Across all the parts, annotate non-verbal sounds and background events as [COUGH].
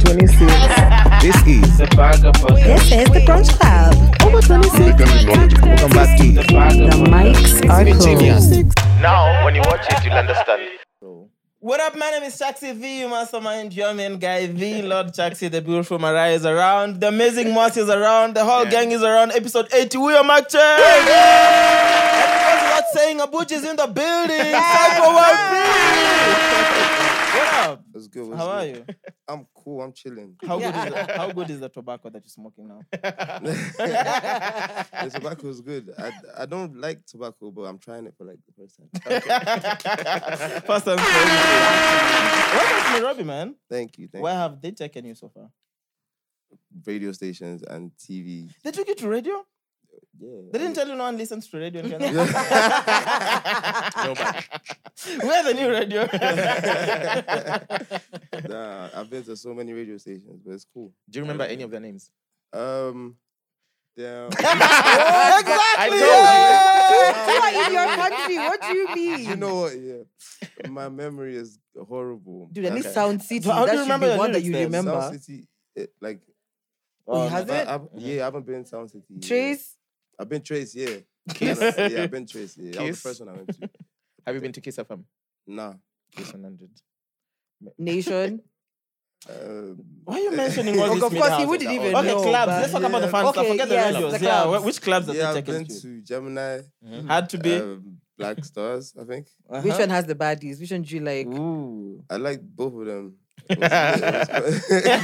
26. This is The Vaga This is the Brunch Club. Over 26. Welcome back to Vaga The mics are cool. Now, when you watch it, you'll understand. What up? My name is Chaxi V. You must my German guy V. Lord Chaxi, the beautiful Mariah is around. The amazing Moss is around. The whole gang is around. Episode 80. We are Mark Chen. Everyone's not saying Abuja is in the building. [LAUGHS] Cyber What up? That's good. what's How are good? you? I'm cool. I'm chilling. How good, is the, how good is the tobacco that you're smoking [LAUGHS] now? the tobacco is good. I, I don't like tobacco, but I'm trying it for like the first time. First time. Welcome to Nairobi, man. Thank you. Thank Where have they taken you so far? you. Radio stations and TV. They took you to radio? Yeah. They didn't tell you no one listens to radio in Canada. [LAUGHS] We're the new radio. Nah, I've been to so many radio stations, but it's cool. [LAUGHS] Do you remember any of their names? Um, damn. I [LAUGHS] exactly. told You are in your country. What do you mean? you know what? Yeah, my memory is horrible. Dude, at least Okay. Sound City. So how do that you should remember be the one that lyrics you then? remember. Sound City, eh, like Oh, has I, it? I've- yeah, I haven't been in Sound City. yeah. Trace. I've been Trace. [LAUGHS] Yeah, Kiss. yeah, I've been Trace. Yeah, that was Kiss. the first one I went to. Have you been to Kiss FM? Nah. Kiss 100. Nation. Um, Why are you [LAUGHS] mentioning all Of these course, he media wouldn't houses? even Okay, know, clubs. but- Let's talk about the Yeah. fans. stuff. Okay, Forget yes, the radios. the yeah, clubs. wh- which clubs have yeah, they I've taken been you to? to Gemini, Had to be. um, Black Stars, I think. Uh-huh. Which one has the baddies? Which one do you like? [LAUGHS] Ooh. I like both of [LAUGHS] them.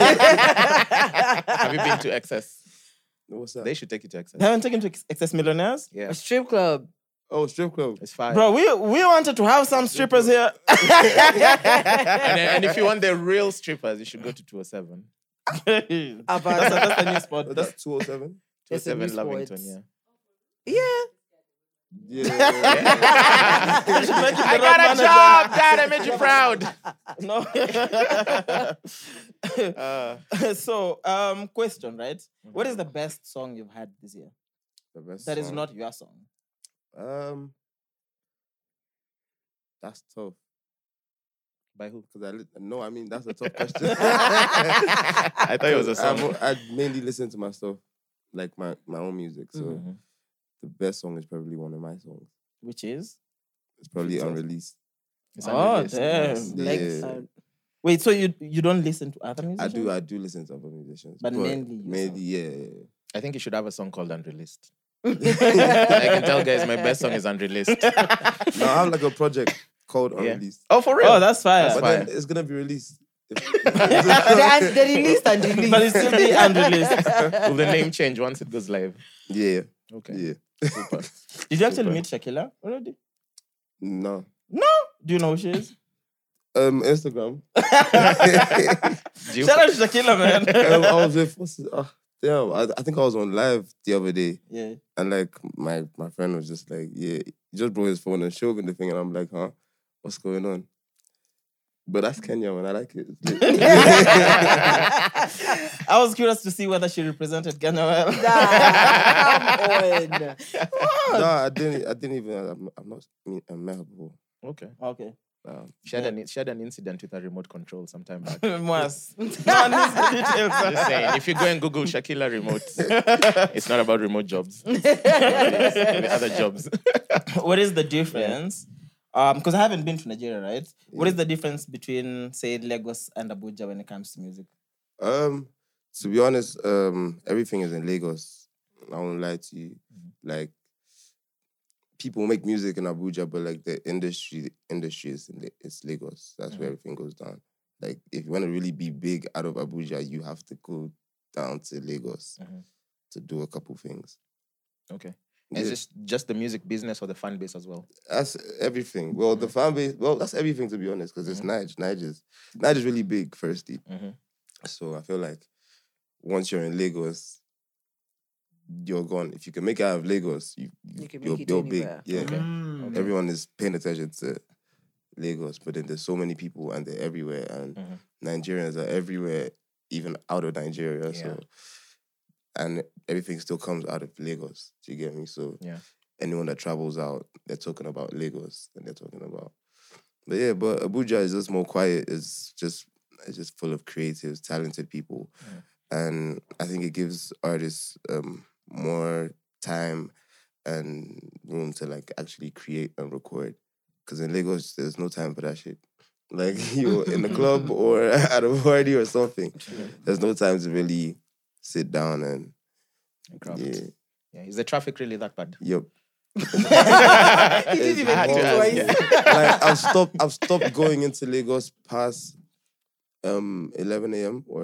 Have you been to Excess? [LAUGHS] What's They that? should take you [LAUGHS] to They Excess. haven't taken you to Excess Millionaires? Yeah, A strip club. Oh, strip club. it's fine. Bro, we we wanted to have some strippers here. [LAUGHS] And, then- and if you want the real strippers, you should go to 207. that's, a, About, that's a new spot. Was That's, that [LAUGHS] 207? It's a new 207 Lovington, oh sport. yeah. [LAUGHS] yeah. Yeah. yeah, I should make it the I road got a manager. job, Dad. I made you proud. No. [LAUGHS] [LAUGHS] Uh, so, um, question, right? What is the best song you've had this year The best that is song. not your song? Um, that's tough. by who? Because I li- no, I mean that's a [LAUGHS] tough question. I thought it was a I'm- song. I mainly listen to my stuff, like my my own music. So Mhm. the best song is probably one of my songs. Which is? It's probably Fifty. unreleased. It's Oh, unreleased, yes. damn. Like, Yeah. um, Wait, so you you don't listen to other I musicians? do. I do listen to other musicians, But mainly yourself. mainly, yeah, yeah, yeah. I think you should have a song called [LAUGHS] Unreleased. I can tell guys my best song is Unreleased. No, I have like a project called Unreleased. Oh, for real? Oh, that's fire. [LAUGHS] That's But but, then fire. it's gonna be released. [LAUGHS] they, are- they released and released. but it's still the [LAUGHS] unreleased. Will the name change once it goes live? yeah, Okay. yeah. Did you actually Super. meet Shakila already? [LAUGHS] No. Do you know who she is? Um, Instagram. Do you- Shout out to Shakila, [LAUGHS] man. Um, I was with what's his, ah, damn. I, I think I was on live the other day, [LAUGHS] [LAUGHS] yeah. and like my my friend was just like, yeah, he just brought his phone and showed me the thing, and I'm like, huh, what's going on? But that's Kenya, man. I like it. It's lit. I was curious to see whether she represented Ghana [LAUGHS] well. Nah, come on. no, I didn't. I didn't even. I'm, I'm not. I mean, I'm not before. Okay. Okay. [LAUGHS] Um, She had, an, she had an incident with her remote control sometime back. Moas. No one needs the details. Just saying, if you go and Google Shakila remote, [LAUGHS] it's not about remote [LAUGHS] jobs. It's other jobs. what is the difference? Um, because I haven't been to Nigeria, right? What is the difference between say Lagos and Abuja when it comes to music? Um, to be honest, um, everything is in Lagos. I won't lie to you. Like, people make music in Abuja, but like the industry, industry is in La- it's Lagos. That's where everything goes down. Like, if you want to really be big out of Abuja, you have to go down to Lagos Mhm. to do a couple things. Okay. Yeah, It's just, just the music business or the fan base as well. that's everything. Well, Mm-hmm. the fan base. Well, that's everything to be honest, because it's Nige. Nige is Nige is really big. Firstly, Mm-hmm. Mhm. So I feel like once you're in Lagos, you're gone. If you can make it out of Lagos, you, You can you're, make it you're big. anywhere. Mm-hmm. Yeah. Okay. Everyone is paying attention to Lagos, but then there's so many people and they're everywhere, and Mhm. Nigerians are everywhere, even out of Nigeria. So, and everything still comes out of Lagos. Do you get me? So, Yeah. anyone that travels out, they're talking about Lagos and they're talking about. But yeah, but Abuja is just more quiet. It's just it's just full of creatives, talented people, and I think it gives artists um, more time and room to like actually create and record. Because in Lagos, there's no time for that shit. Like [LAUGHS] you're in the [LAUGHS] club or [LAUGHS] at a party or something. There's no time to really sit down and Craft. yeah, Yeah, is the traffic really that [LAUGHS] bad? yep. He [LAUGHS] didn't even hard to think ask, twice. yeah. [LAUGHS] like I've stopped I've stopped going into Lagos past um 11 a.m. or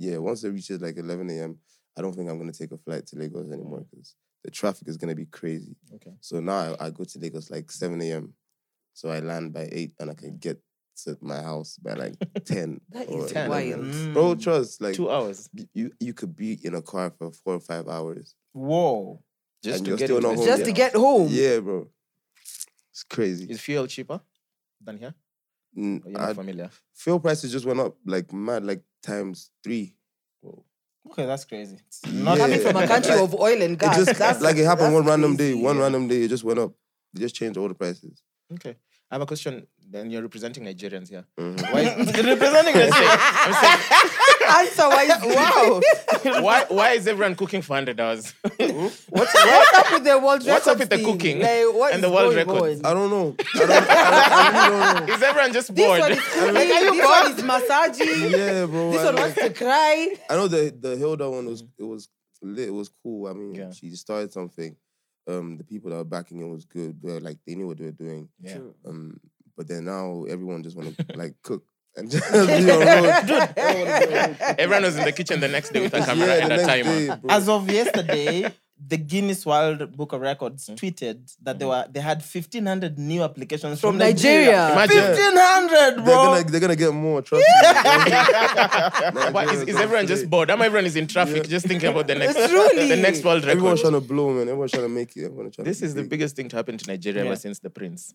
Mm-hmm. yeah, once it reaches like 11 a.m., I don't think I'm gonna take a flight to Lagos anymore because the traffic is gonna be crazy. Mm. Okay. So now I, I go to Lagos like 7 a.m. So I land by 8 and I can Mm. get to my house by [LAUGHS] like 10 That or is 11. wild. Mm. Bro, trust like [LAUGHS] Two hours. you you could be in a car for four or five hours. Whoa. Just And to you're get still into not the home Just city. to get home. Yeah, bro. It's crazy. Is fuel cheaper than here? Mm, Or You're I- not familiar. fuel prices just went up like mad, like times three. Okay, that's crazy. It's Yeah. not Coming from a country Like, of oil and gas. it just that's, like it happened that's one random crazy. day. One random day, it just went up. They just changed all the prices. Okay. I have a question. Then you're representing Nigerians here. Mm-hmm. Mhm. [LAUGHS] Why, is, representing the Answer wisely. wow. why, why is everyone cooking for hundred hours? What's, what's up with the world record? What's up with the cooking Like, what is and the world going record? on? I don't know. I don't, I don't, I really [LAUGHS] don't know. [LAUGHS] Is everyone just This bored? [LAUGHS] one is cooking. this one is massaging. Yeah, bro. This one Mm-hmm. I, don't- wants to cry. I know the the Hilda one was it was lit. It was cool. I mean, Yeah. she started something. Um, the people that were backing it was good. They were, like they knew what they were doing. Yeah. Um, but then now everyone just [LAUGHS] want to like cook and [LAUGHS] just be on road. [LAUGHS] Everyone was in the kitchen the next day with a camera Yeah, and the a next timer. day, bro. As of yesterday, the Guinness World Book of Records tweeted that they were they had 1500 new applications from, From Nigeria. Imagine. 1500, They're bro. gonna, they're gonna get more. Trust [LAUGHS] me. Why is, is everyone just bored? Am everyone is in traffic just thinking about the next Truly. the next world record? Everyone's trying to blow, man. Everyone's trying to make it. Everyone's trying This to is the big. biggest thing to happen to Nigeria Yeah. ever since the [LAUGHS] prince.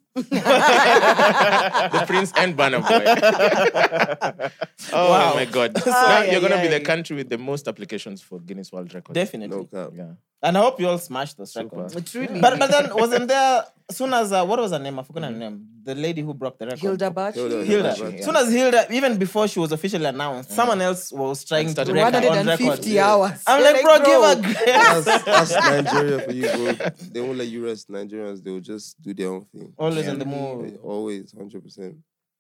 the prince and Banner Boy. [LAUGHS] oh Wow. my God. [LAUGHS] now Ay, you're going to ay, be the ay. country with the most applications for Guinness World Records. Definitely. No [LAUGHS] cap. Yeah. And I hope you all smash those Super. records. Truly. But but then wasn't there as soon as uh, what was her name? I forgot her name. The lady who broke the record. Hilda Bachi. Hilda, Hilda. Hilda, As soon as Hilda, even before she was officially announced, someone else was trying to started break her on record. 150 hours. I'm They're like, bro, [LAUGHS] give her grace. That's, [LAUGHS] that's Nigeria for you, bro. They won't let you rest. Nigerians, they will just do their own thing. Always on the They move. Always, hundred percent.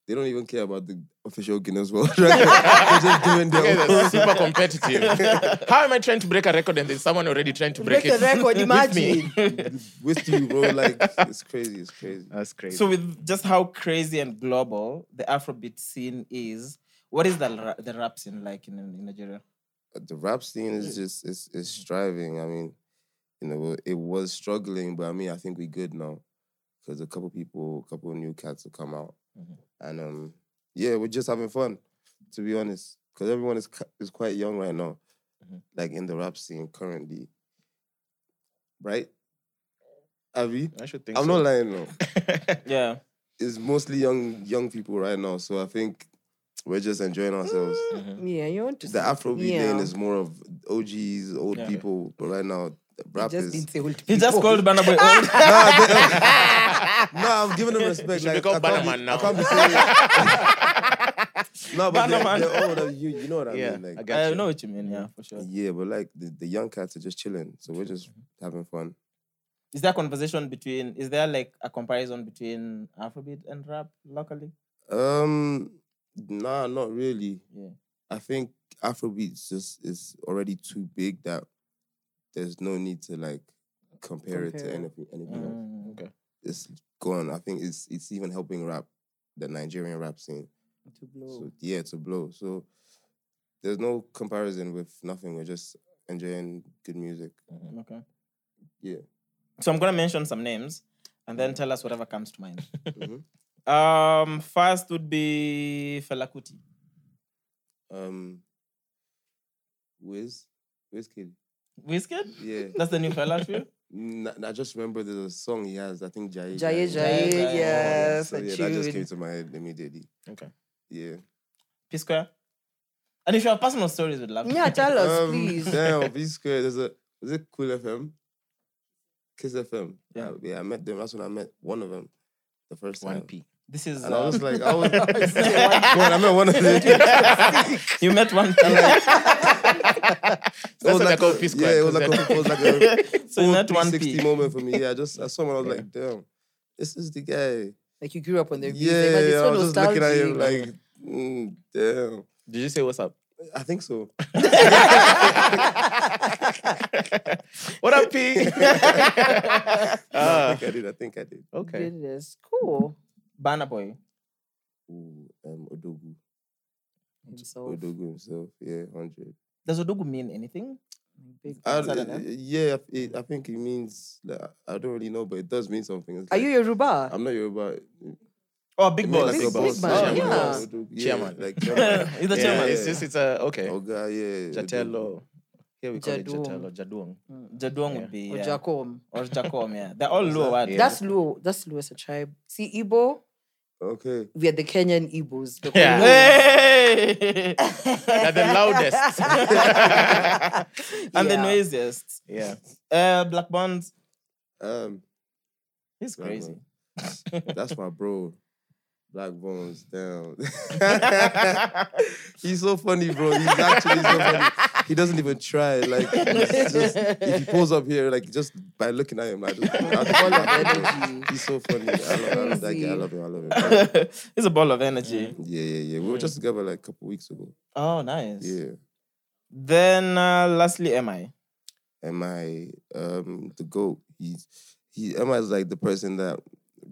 They don't even care about the official Guinness World Record. [LAUGHS] They're just doing Okay, their own. [LAUGHS] that's super competitive. How am I trying to break a record and there's someone already trying to break, Break the it? record. me. Imagine. With you, bro. Like it's crazy. It's crazy. That's crazy. So with just how crazy and global the Afrobeat scene is, what is the ra- the rap scene like in, in Nigeria? the rap scene Mm. is just it's it's striving. I mean, you know, it was struggling, but I mean, I think we good now because a couple people, a couple new cats have come out, Mhm. and um, yeah, we're just having fun, to be honest, because everyone is cu- is quite young right now, Mhm. like in the rap scene currently, right? Avi, I should think I'm so. not lying no. Yeah. It's mostly young young people right now, so I think we're just [LAUGHS] enjoying ourselves Yeah, you want to the Afrobeat yeah. lane is more of OGs, old Yeah. people, but right now rap just is. [LAUGHS] didn't say old He just called Banner Boy old. No, I'm giving them respect. should like, become I can't Banner be- Man now. I can't be saying. [LAUGHS] no, but Banner they're, Man. they're older. You, you know what I Yeah, mean? I Like, got I you. know what you mean, yeah, for sure. yeah, but like the, the young cats are just chilling, so we're just having fun. Is there a conversation between is there like a comparison between Afrobeat and rap locally? Um, nah, not really. Yeah. I think Afrobeats just is already too big that there's no need to like compare, it to Compare. anything, anything else. Mm. Okay. it's gone. I think it's it's even helping rap, the Nigerian rap scene. Oh. So yeah, to blow. So there's no comparison with nothing. We're just enjoying good [LAUGHS] music. Okay. Yeah. So I'm gonna mention some names and then tell us whatever comes to mind. Mhm. Um, first would be Felakuti. Um, Wiz, Wizkid. Wizkid? [LAUGHS] Yeah. That's the new fella for you? N- I just remember there's a song he has. I think Jai. Jaye Jaye, Jaye, yes, So a yeah, that just tune. came to my head immediately. Okay. Yeah. P Square? And if you have personal stories, we'd love to Yeah, hear. tell us, Um, please. Damn, B Square. There's a is it Cool FM? Kiss FM. Yeah. yeah, I met them. That's when I met one of them. The first time. One P. This is. And I uh, was like, I was, [LAUGHS] God, I met one of the. you met one killer. It was what I like call a- P squared. Yeah, it was like a, it was like [LAUGHS] a [LAUGHS] so you full met one P. 360 moment for me. Yeah, I just I saw him and I was like, damn, this is the guy. Like you grew up on their music. Like, Yeah, it's yeah so I was just looking at him nostalgic. like, mm, damn. Did you say what's up? I think so. What up, [LAUGHS] P? No, I Ah, think I did. I think I did. okay. Goodness, cool. Banner boy. Ooh, um, Odogu. Himself. Odogu himself. Yeah, 100. Does Odogu mean anything? Big I, boss, I don't know. eh, yeah, it, I think it means, like, I don't really know, but it does mean something. It's Are like- you Yoruba? I'm not Yoruba. Oh, big It boss. means like Big- a boss. big man, Chairman. yeah. Odogu, Chairman. Like, Uh, [LAUGHS] He's the Yeah, chairman. It's just, it's a, okay. Oh, God, yeah. Odogu. Jatelo. Here we call it Jaduong. Jatelo. Jaduong. Jaduong Yeah. would be. Or yeah. Jakom? Or Jakom, yeah. They're all low. that- aren't they? That's Luo. That's Luo as a tribe. See, Igbo, Okay. we are the Kenyan Igbos. The Yeah. Hey! They're [LAUGHS] the loudest. [LAUGHS] and the Yeah. noisiest. yeah. Uh, Black Bonds. Um, He's Black crazy. That's my bro. Black Bones, down. [LAUGHS] That's he's so funny, bro. He's actually so funny. He doesn't even try. Like, it's just, if he pulls up here, like, just by looking at him, I just, I follow him. Energy. He's so funny. I love, I love that guy. I love him. I love him. [LAUGHS] I love him. He's a ball of energy. Yeah, yeah, yeah. We were just together like a couple weeks ago. Oh, nice. Yeah. Then uh, lastly, MI. Am I um the goat? He's he Am is like the person that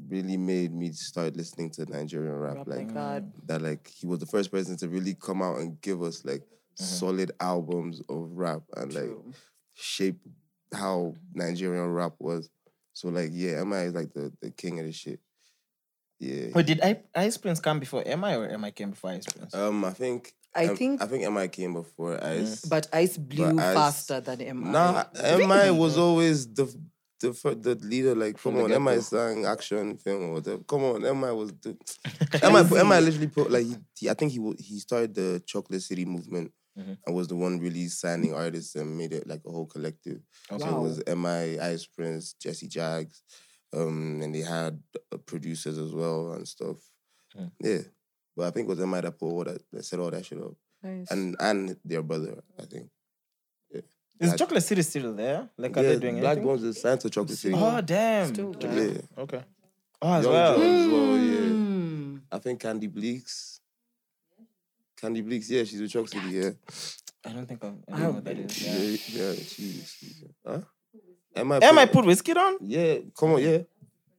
really made me start listening to Nigerian rap. Rap, like my God. that like he was the first person to really come out and give us like Mm-hmm. solid albums of rap and like shape how Nigerian rap was. So like yeah, Am is like the, the king of the shit. Yeah. Wait, did I, Ice Prince come before MI or MI came before Ice Prince? Um I think I um, think- Mm-hmm. I think Am came before Ice. But ice blew But Ice- faster than MI. Nah, MI was always the the fir- the leader. Like, come the on, get-go. MI sang action film or whatever. Come on, MI was the MI. put- MI literally put like he, he- I think he wa- he started the Chocolate City movement and was the one really signing artists and made it like a whole collective. So it Wow. was MI, Ice Prince, Jesse Jags, um, and they had uh, producers as well and stuff. Yeah, but I think it was MI that put all that that set all that shit up, Nice. and and their brother, I think. Is I- Chocolate City still there? Like, are Yeah, they doing Black anything? Bones is signed to Chocolate City. Oh, damn. Still there. Yeah. Okay. Oh, as Young well. Mm. Jones as well, yeah. Hmm. I think Candy Bleaks. Candy Bleaks, yeah, she's with Chalk City, yeah. I don't think I'm, I don't know what that is. Yeah. Yeah, yeah she's. she's uh, huh? Am I? Am I put whiskey on? Yeah, come on, yeah.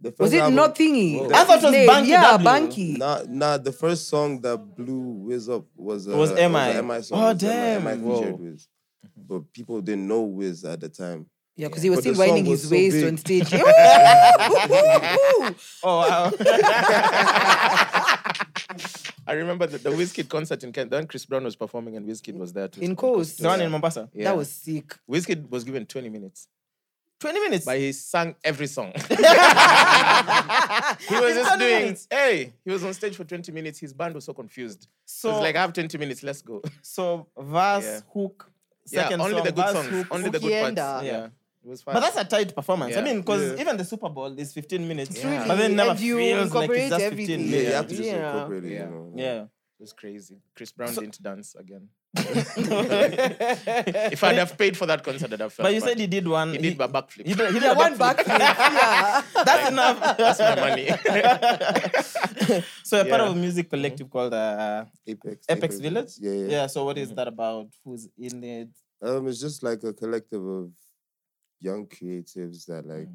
The first Was it album- not thingy? Whoa. That's I thought it was his name. Banky Yeah, W. Banky. Nah, nah, the first song that blew Wiz up was uh, was a MI. MI song. Oh, It was a damn. MI Whoa. featured Wiz. But people didn't know Wiz at the time. Yeah, because he was But still the song winding was his so waist big. on [LAUGHS] stage. Woo! Woo! Woo! Oh, wow. I remember the, the Wizkid concert in Kent. Then Chris Brown was performing and Wizkid was there too. In Coast. the one in Mombasa. Yeah. That was sick. Wizkid was given 20 minutes, 20 minutes. but he sang every song. [LAUGHS] he was In just 20 doing, minutes. hey, he was on stage for 20 minutes. His band was so confused. So, So, it's like, I have 20 minutes, let's go. so verse, Yeah. hook, Yeah, second only song, the good verse, songs. hook. only the Fukienda. good parts. Yeah. Yeah. It was fun. But that's a tight performance. I Yeah. mean, because Yeah. even the Super Bowl is 15 minutes. Yeah. But then Really, never and you feels like it's incorporate just 15 everything. Yeah, you minutes. have to just Yeah. incorporate it, Yeah. you know. Yeah. It was crazy. Chris Brown didn't dance again. but [LAUGHS] If I'd have paid for that concert, I'd have felt you bad. said he did one. he did a backflip. he did- [LAUGHS] [LAUGHS] he did a Yeah, one backflip. back. yeah. That's enough. That's my [LAUGHS] money. [LAUGHS] so a part Yeah. of a music collective called uh, Apex. Apex Village. Yeah, yeah. Yeah. So what is that about? Who's in it? Um, it's just like a collective of young creatives that like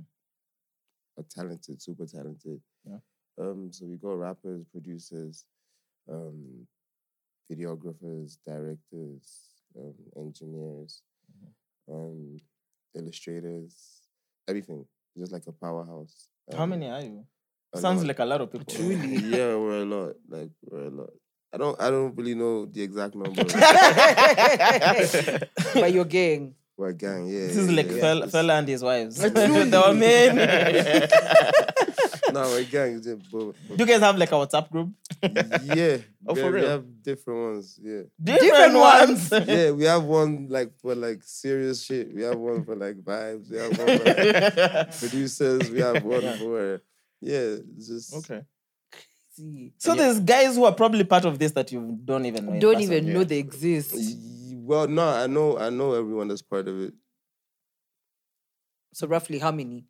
are talented, super talented. Mm. Yeah. Um, so we got rappers, producers, um, videographers, directors, um, engineers, Mm-hmm. um, illustrators, everything. Just like a powerhouse. How Um, many are you? a Sounds lot. like a lot of people. [LAUGHS] yeah, we're a lot. Like we're a lot. I don't. I don't really know the [LAUGHS] exact number. But your gang. we're a gang. Yeah. This is yeah, like yeah. fell It's- fella and his wives. [LAUGHS] But They truly. were mean. No, we're a gang. it's just- but- but- Do you guys have like a WhatsApp group? [LAUGHS] yeah. Oh, we for have- real? We have different ones. Yeah. Different, ones. [LAUGHS] Yeah, we have one like for like serious shit. We have one for like vibes. We have one for [LAUGHS] like, producers. We have one for yeah. It's just okay. see. So there's guys who are probably part of this that you don't even know. in Don't person. even yeah. know they exist. Y- Well, no, I know, I know everyone that's part of it. So roughly how many?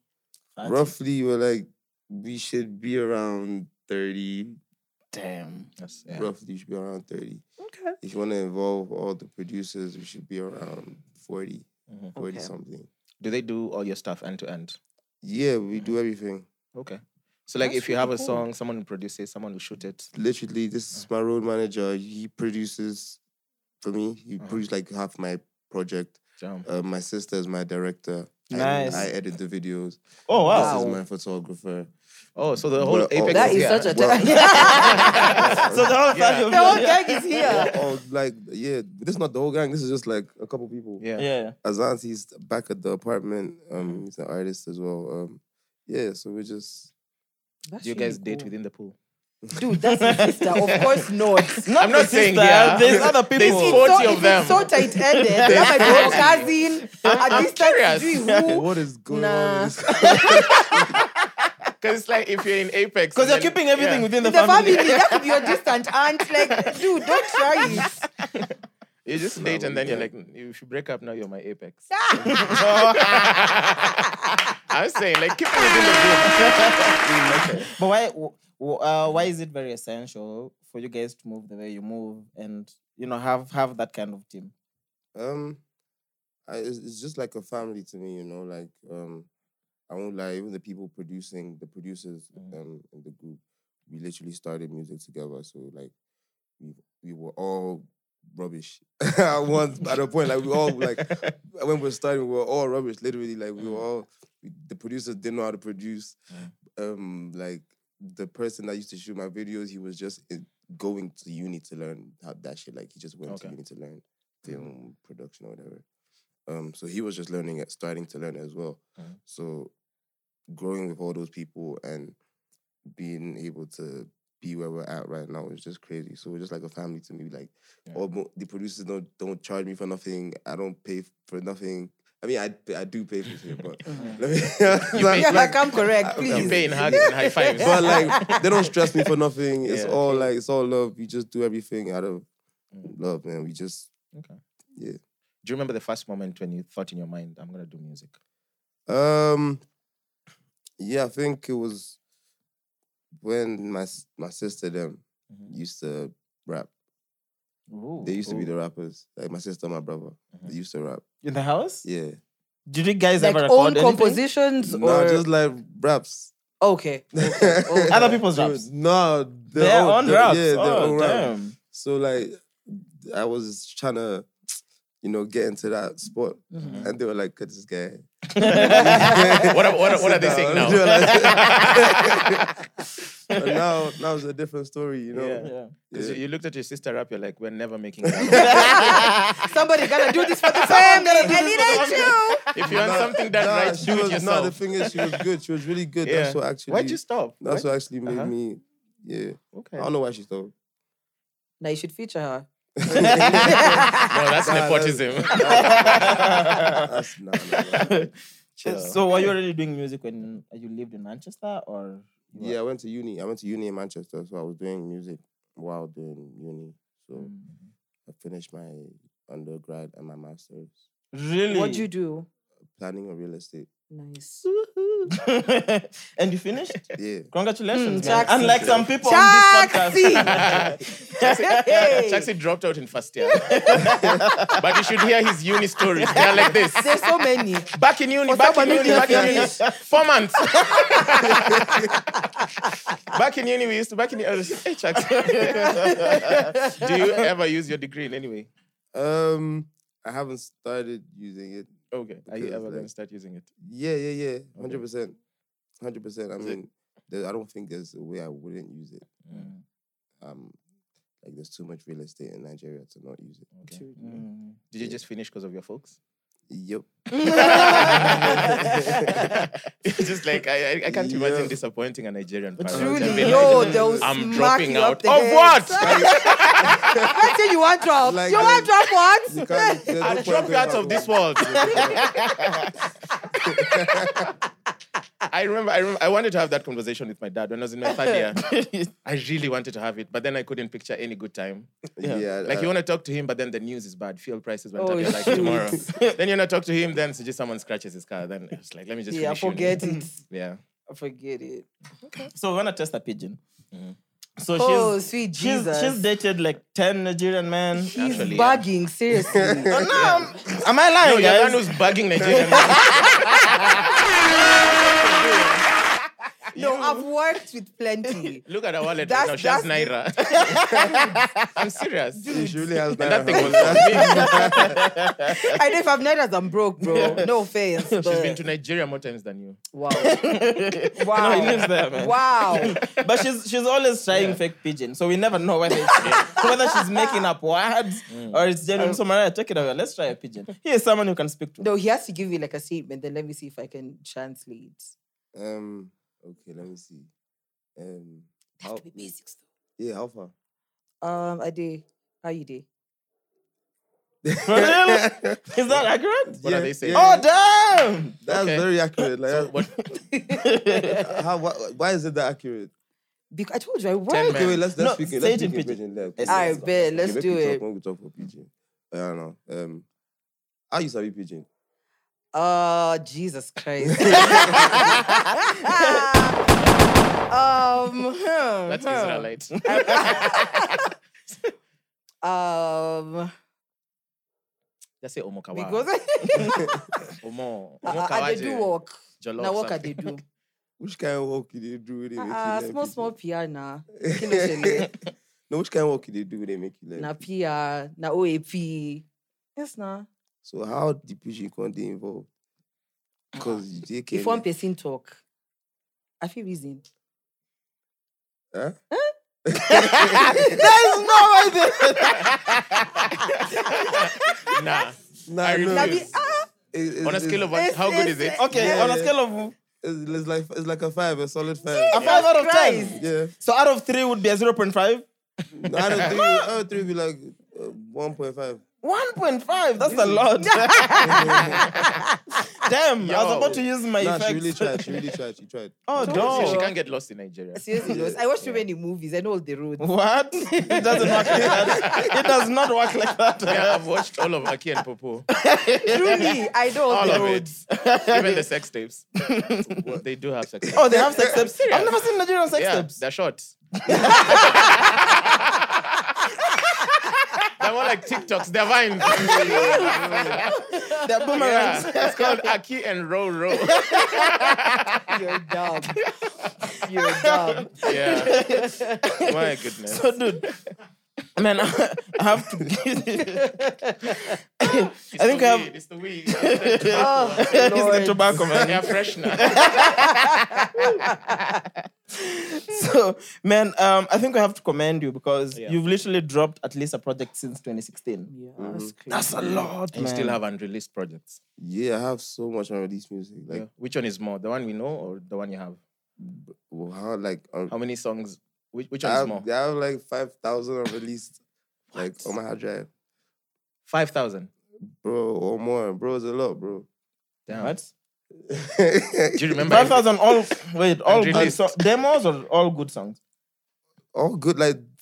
That's- Roughly, we're like, we should be around thirty. Damn. Yes, yeah. Roughly, you should be around thirty. Okay. If you want to involve all the producers, we should be around 40, Mhm. 40 Okay. something. Do they do all your stuff end to end? Yeah, Mm-hmm. we do everything. Okay. So like That's if you have really a cool. song, someone will produce it, someone will shoot it. Literally, this is my road manager. He produces for me. He Uh-huh. produced like half my project. Jam. Uh, my sister is my director. Nice. I, I edit the videos. Oh This wow. is my photographer. Oh, so the whole We're all- Apex That is is here. such a well- [LAUGHS] so the whole Yeah. family- The whole gang is We're here. all, [LAUGHS] like, yeah, this is not the whole gang. This is just like a couple people. Yeah. Yeah. Azan's he's back at the apartment. Um, he's an artist as well. Um, yeah, so we're just That's Do you guys really date cool. within the [LAUGHS] pool? Dude, that's my sister. Of course not. Not I'm not the saying sister, here. There's other people. There's It's 40 so, of it's them. so tight ended. That might be your cousin. At I'm this time, curious. you who? what is going on? Nah. With [LAUGHS] this? Because it's like if you're in [LAUGHS] Apex. Because you're and then- keeping everything yeah. within the, The family, that could be your distant aunt. Like, dude, don't try it. You just Nah, date and we then you're like, can't. "Mm, if you break up now, you're my Apex. [LAUGHS] I'm saying like keep it within the group. But why? w- w- Uh, why is it very essential for you guys to move the way you move and you know have have that kind of [LAUGHS] team? um, I, it's, it's just like a family to me, you know. Like, um, I won't lie. Even the people producing, the producers, Mhm. um, in the group, we literally started music together. So like, we we were all rubbish [LAUGHS] at once. At a point, like we all Oh, like when we were starting, we were all rubbish. Literally, like we were all we- the producers didn't know how to produce. Um, like the person that used to shoot my videos, he was just in, going to uni to learn how that shit. Like he just went Okay. to uni to learn film production or whatever. Um, so he was just learning it, starting to learn as well. Mhm. So growing with all those people and being able to be where we're at right now is just crazy. So we're just like a family to me. Like Yeah. all mo- the producers don't don't charge me for nothing. I don't pay f- for nothing. I mean, I I do pay for shit, [LAUGHS] but let me. [LAUGHS] like- Yeah, like- like, I'm correct, You please. pay in hugs and high fives. [LAUGHS] but like they don't stress [LAUGHS] me for nothing. It's Yeah. all like it's all love. We just do everything out of Mm. love, man. We just Do you remember the first moment when you thought in your mind, I'm gonna do [LAUGHS] music? um yeah. I think it was when my s- my sister them Mhm. used to rap. Ooh, They used to be ooh. the rappers. Like my sister, and my brother. Mm-hmm. They used to rap. in the house. Yeah. Did you guys Like ever own record anything? compositions No, or just like raps. okay. Other people's Dude, raps? No, their Their own- own their- raps. Yeah, their oh, own rap. damn. So like, I was trying to, you know, get into that spot, Mm-hmm. Mhm. and they were like, "This guy." what, are- what, are- what are they saying They were [LAUGHS] now? like- but now, now it's a different story, you know. Yeah. Yeah. 'Cause Yeah. you looked at your sister up, you're like, we're [LAUGHS] never making that. Somebody gonna do this for the family. gonna do I this need for the it too. if you want Nah, something done nah, right, she do was, it nah, yourself. the thing is, she was good. She was really good. Yeah. That's what actually. Why'd you stop? That's Why- what actually made Uh-huh. me. Yeah, [LAUGHS] Okay. I don't know why she stopped. Now you should feature her. No, that's Nah, that's- nepotism. [LAUGHS] That's nah, nah, nah. Chill. So were you already doing music when you lived in Manchester or? you were- Yeah, I went to uni. I went to uni in Manchester, so I was doing music while doing uni. So Mm-hmm. I finished my undergrad and my master's, Really? What'd you do? planning on real estate. Nice. [LAUGHS] and you finished? Yeah, Congratulations. Mm, man. Jackson. Unlike some people on this podcast. Hey. Chaksi uh, dropped out in first year. [LAUGHS] but you should hear his uni stories. They're like this. There's so many. Back in uni, For back in someone who uni, back in didn't uni. Four months. back in uni, we used to back in the other. Hey, Chaksi. [LAUGHS] Do you ever use your degree in any way? um, I haven't started using it. Oh, Okay. Are you Because, ever going to like, start using it? Yeah, yeah, yeah, hundred percent, hundred percent. I Is it- mean, there, I don't think there's a way I wouldn't use it. Mm. Um, like there's too much real estate in Nigeria to not use it. Okay. Mm. Did you just finish because of your folks? [LAUGHS] Yep. it's just like I, I, I can't imagine Yeah. disappointing a Nigerian parent. and be Truly, like, yo, they'll I'm smack dropping you out up the of head. what? I say you want drop. Like, you um, want drop You what? can't, there's [LAUGHS] no I'm point dropping going out back of this home. world. I remember, I remember, I wanted to have that conversation with my dad when I was in my third year. [LAUGHS] I really wanted to have it, but then I couldn't picture any good time. [LAUGHS] Yeah, Like uh, you want to talk to him, but then the news is bad. Fuel prices went Oh, up. You're like shoot. tomorrow. [LAUGHS] then you want to talk to him. Then so just someone scratches his car. Then it's like let me just yeah, finish uni. forget it. [LAUGHS] Yeah. Forget it. [LAUGHS] So we want to test a pigeon. So Mm-hmm. Oh, she's, sweet she's Jesus. she's dated like ten Nigerian men. He's Actually, yeah. bugging, [LAUGHS] seriously. Oh, no, am- am I lying, No, you're the guys? one who's bugging [LAUGHS] Nigerian. men. no, I've worked with [LAUGHS] plenty. Look at her wallet That's- right now. She has that's- naira. [LAUGHS] I'm serious. she really has And that nine thing [LAUGHS] [LAUGHS] was hours. I know if I've not as I'm broke, bro. No offense. But She's been [LAUGHS] to Nigeria more times than you. wow. no, wow. he lives there, man. Wow. But she's she's always trying fake pigeon, so we never know whether it's so [LAUGHS] whether she's making up words or it's genuine. So Mariah, take it away. Let's try a pigeon. Here is someone you can speak [LAUGHS] to. No, he has to give you like a statement, then let me see if I can translate. Um, okay, let me see. Um, how, yeah, how far? Um, Ade, how you day? For real? [LAUGHS] Is that accurate? What Yeah, are they saying? yeah. Oh damn! That's Okay. very accurate. Like, So that- what, [LAUGHS] how, why, why is it that accurate? Because I told you I work. Ten Okay, wait, men. let's No, let's speak. in- say Let's it in speak in pidgin. pidgin. yeah, Yes, okay. I yes, bet. Let's Okay, do make we it. Talk, make we talk for pidgin. I don't know. Um, how you sabi pidgin? Oh, Jesus [LAUGHS] Christ. [LAUGHS] um, hmm, that's hmm. Israelite. [LAUGHS] Um, Just say Omo Kawa. because [LAUGHS] Omo. Omo I, I, they do Kawaje. work. Jollof Now work I something. they do. Which kind of work did [LAUGHS] they do? With Ah, make you ah, learn small pidgin? [LAUGHS] small PR na. Kino shele. no, which kind of work did they do? They make you learn. na pidgin? PR na OAP. Yes na. So how the pidgin can they involve? Because they can. If one person talk, I feel [LAUGHS] reason. Huh? [LAUGHS] Nah. Nah, I no. Na refuse. be- ah, It- it's- On a scale it's- of one, It's- how good it's- is it? [LAUGHS] Okay, Yeah, on a yeah. scale of it's, it's like it's like a five, a solid five. a five out of ten. Christ. Yeah. So out of three would be a zero point five. No, out of three, out of three, be like uh, one point five. One point five. That's a [LAUGHS] lot. Damn! I was Yo. about to use my Nah, she effects. really tried. She [LAUGHS] really tried. She tried. Oh, Don't say She dog. can't get lost in Nigeria. seriously, those- I watch too many movies. I know all the roads. What? [LAUGHS] It doesn't work like that. It does not work like that. Yeah, [LAUGHS] I've watched all of Aki and Popo. Truly, [LAUGHS] I know all, All the of it. roads. [LAUGHS] Even the sex tapes. they do have sex tapes. Oh, they have sex tapes. I've never seen Nigerian sex yeah, tapes. they're short. [LAUGHS] they're more like TikToks. They're [LAUGHS] vines. They're [LAUGHS] boomerangs. yeah. It's called Aki and Row Row. You're [LAUGHS] dumb. You're dumb. [LAUGHS] Yeah. My goodness. So, dude, man, [LAUGHS] I have to. [LAUGHS] I think I the have. weed, It's the weed. It's the [LAUGHS] Oh, [LAUGHS] It's the Lord. tobacco, [LAUGHS] man. air [LAUGHS] freshener. So, man, um, I think I have to commend you because Yeah. you've literally dropped at least a project since 2016. Yeah, that's Mm-hmm. crazy. That's a lot, You man. still have unreleased projects. Yeah, I have so much unreleased music. Like, Yeah. Which one is more, the one we know or the one you have? well, how like um, How many songs? Which, which I one is have, more? I have like five thousand unreleased, like on my hard drive, Five thousand. bro, or more, bro. It's a lot, [LAUGHS] bro. [LAUGHS] Damn. What? Do you remember? Five every- thousand [LAUGHS] all wait all good Unreleased. so- demos or all good songs. All good, like s-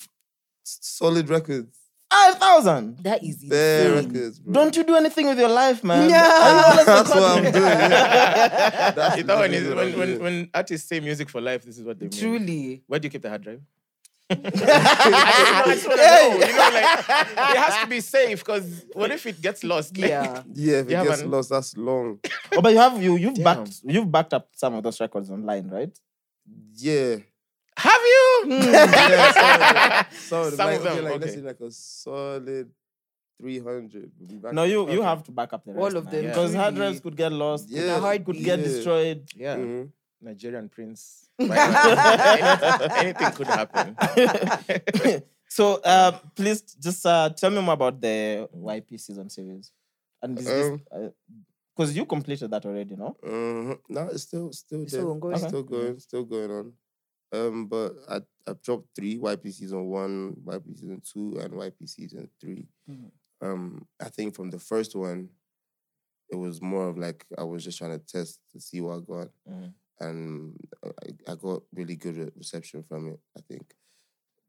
solid records, Five thousand. That is bare insane. records, bro. [LAUGHS] Don't you do anything with your life, man? Yeah. I know [LAUGHS] That's what I'm content. doing. [LAUGHS] yeah. That's [LAUGHS] You know when, literally is- what I'm when, when, doing. when artists say music for life, this is what they mean. Truly. Where do you keep the hard drive? I just wanna know, Oh, you know, [LAUGHS] like, it has to be safe because what if it gets lost? Like, Yeah. yeah, if it Yeah, gets man. lost, that's long. Oh, but you have you you've Damn. backed you've backed up some of those records online, right? Yeah. Hmm, Have [LAUGHS] you? yeah, solid. solid. Some like, of them, okay, like let's okay. say like a solid 300. would be back No, you you Okay. have to back up the All rest, of man, them, because hard really. drives could get lost, Yeah, yeah, hard could get yeah. destroyed. Yeah. [LAUGHS] Mhm. Nigerian prince. anything, anything could happen. so uh, please just uh, tell me more about the YP season series, and because Um, you completed that already, no? Mhm. No, it's still still It's there. still ongoing. Still going, still going on. Um, but I I've dropped three YP season one, YP season two, and YP season 3 Mhm. Mm-hmm. Um, I think from the first one, it was more of like I was just trying to test to see what I got. Mhm. Mm-hmm. and I, I got really good re- reception from it. I think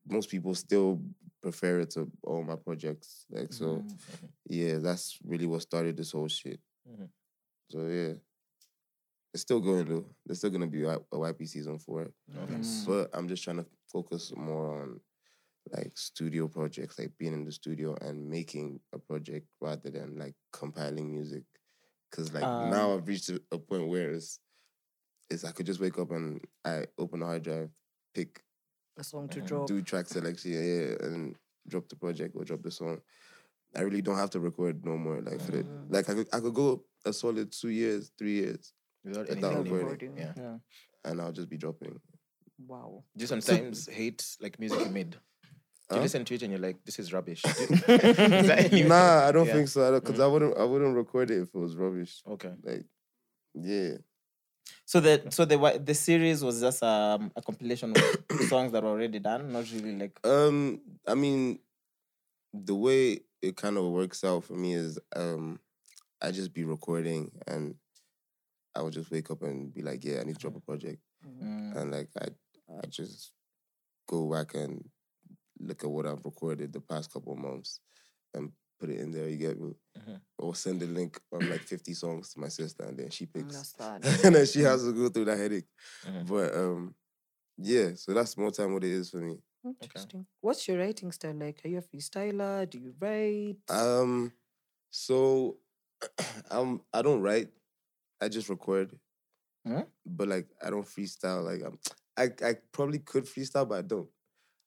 most people still prefer it to all my projects. Like so, Mm-hmm. yeah, that's really what started this whole shit. Mm-hmm. Mhm. So yeah, it's still going though. There's still gonna be a a YP season for it, Mm. but I'm just trying to focus more on like studio projects, like being in the studio and making a project rather than like compiling music. Cause like Ah. now I've reached a, a point where it's it's I could just wake up and I open a hard drive, pick A song to Mhm. drop. Mm, do track selection yeah, and drop the project or drop the song. I really don't have to record no more. Like for the, like I could I could go a solid two years, three years, Without Without anything leaving. recording. Yeah. and I'll just be dropping. Wow. Do you sometimes hate like music you made? Do you Huh? listen to it and you're like, this is [LAUGHS] rubbish? Do you- Is that you? [LAUGHS] Nah, I don't Yeah. think so. I because I wouldn't I wouldn't record it if it was rubbish. Okay. Like yeah. So the so the wa- the series was just um, a compilation of [COUGHS] songs that were already done, not really like Um, I mean, the way it kind of works out for me is um, I just be recording and I would just wake up and be like, yeah, I need to drop a project, mm, and like I, I just go back and look at what I've recorded the past couple of months and put it in there. You get me? Mm-hmm. Mhm. Or send a link on like fifty songs to my sister, and then she Mm, picks That's bad. [LAUGHS] and then she has to go through that headache. Mhm. But um, yeah, so that's more time what it is for me. Hmm. Interesting. What's your writing style like? Are you a freestyler? Do you write? Um, so [CLEARS THROAT] I'm I don't write, I just record. Hmm? But like I don't freestyle. Like I'm, I I probably could freestyle, but I don't.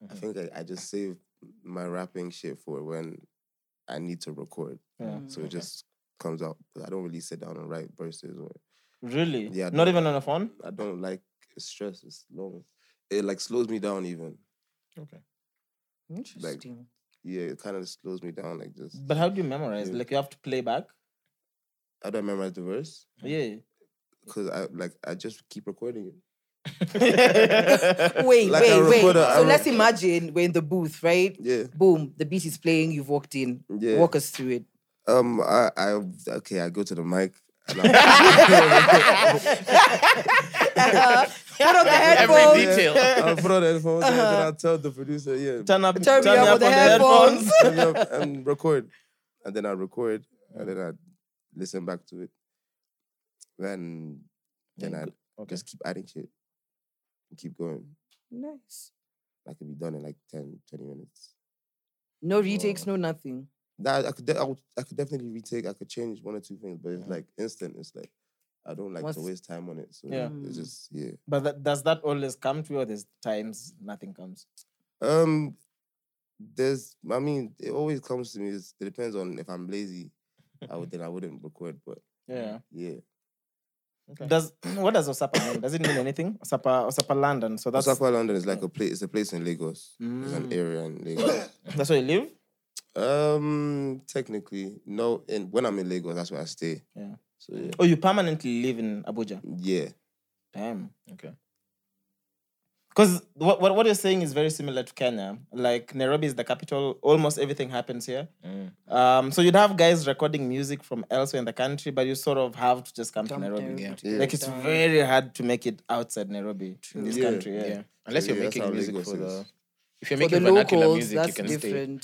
I Mhm. think I, I just save my rapping shit for when I need to record, yeah. Mm. so it just comes out. I don't really sit down and write verses or really Yeah, I not don't- even on a phone. I don't like stress. It's long. It like slows me down even. [LAUGHS] Interesting. Yeah, it kind of slows me down. Like just But how do you memorize? Yeah. Like you have to play back. I don't memorize the verse Yeah. because I like I just keep recording it. Wait, Like wait, a wait. recorder, I so re- let's imagine we're in the booth, right? Yeah. Boom, the beat is playing, you've walked in. Yeah. Walk us through it. Um, I, I, okay, I go to the mic. And I Uh, Put on the Every headphones. [LAUGHS] detail. I'll put on the headphones and then I'll tell the producer, yeah, Turn up, Turn me up up with the on headphones. turn me up and record. And then I record and then I listen back to it. Then, then I Okay. just keep adding shit and keep going. Nice. I could be done in like 10, 20 minutes. No retakes, no nothing. That I could, de- I, would, I could definitely retake. I could change one or two things, but it's like instant. It's like I don't like What's- to waste time on it. So Yeah. Mm. it's just yeah. But that, does that always come to you, or there's times nothing comes? Um, there's, I mean, it always comes to me. It's, it depends on if I'm lazy, I [LAUGHS] would then I wouldn't record. But Yeah. yeah, Does [CLEARS THROAT] what does Osapa mean? Does it mean anything? Osapa, Osapa London. So that's Mm. Osaka London is like a place. It's a place in Lagos. It's an area in [COUGHS] Lagos. that's where you live. um, technically, no. And when I'm in Lagos, that's where I stay. Yeah. So yeah, Oh, you permanently live in Abuja. yeah. Damn. Okay. Because what, what what you're saying is very similar to Kenya. Like Nairobi is the capital. Almost everything happens here. Um, so you'd have guys recording music from elsewhere in the country, but you sort of have to just come to Dump Nairobi. them. Yeah. Yeah. Like it's very hard to make it outside Nairobi in this Yeah. country. Yeah. Yeah. Unless you're Yeah, that's making how music Lagos for the. is. If you're For the making vernacular locals, music, you that's can stay. different.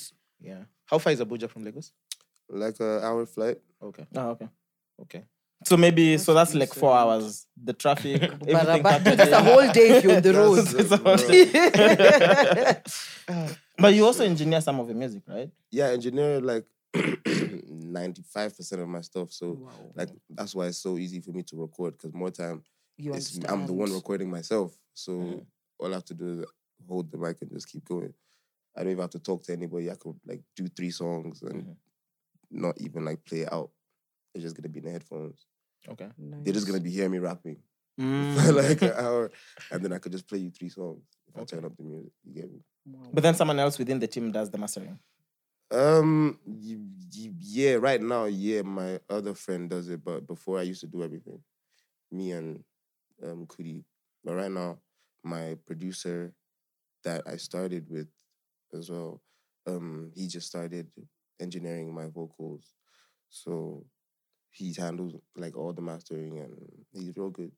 Yeah. How far is Abuja from Lagos? Like an hour flight. Okay. Oh, okay. Okay. So maybe so that's like four decent. hours. The [LAUGHS] traffic, everything. Baraba- factored That's in. a whole day if you're on the [LAUGHS] [LAUGHS] That's- road. It's a whole bro. day. [LAUGHS] But you also engineer some of your music, right? Yeah, engineer like [CLEARS THROAT] ninety five percent of my stuff. So Wow. like that's why it's so easy for me to record because more time You it's, I'm the one understand. Mm-hmm. recording myself. So Mhm. all I have to do is hold the mic and just keep going. I don't even have to talk to anybody. I could like do three songs and Mhm. Mm-hmm. not even like play it out. It's just gonna be in the headphones. Okay. They're just gonna be hearing me rapping [LAUGHS] for Mm. like [LAUGHS] an hour, and then I could just play you three songs if I Okay. turn up the music. You get me? [LAUGHS] But then someone else within the team does the mastering. Um, y- y- yeah. Right now, yeah, my other friend does it, but before I used to do everything, me and um Kudi. But right now, my producer that I started with as well, um, he just started engineering my vocals, so he handles like all the mastering and he's real good.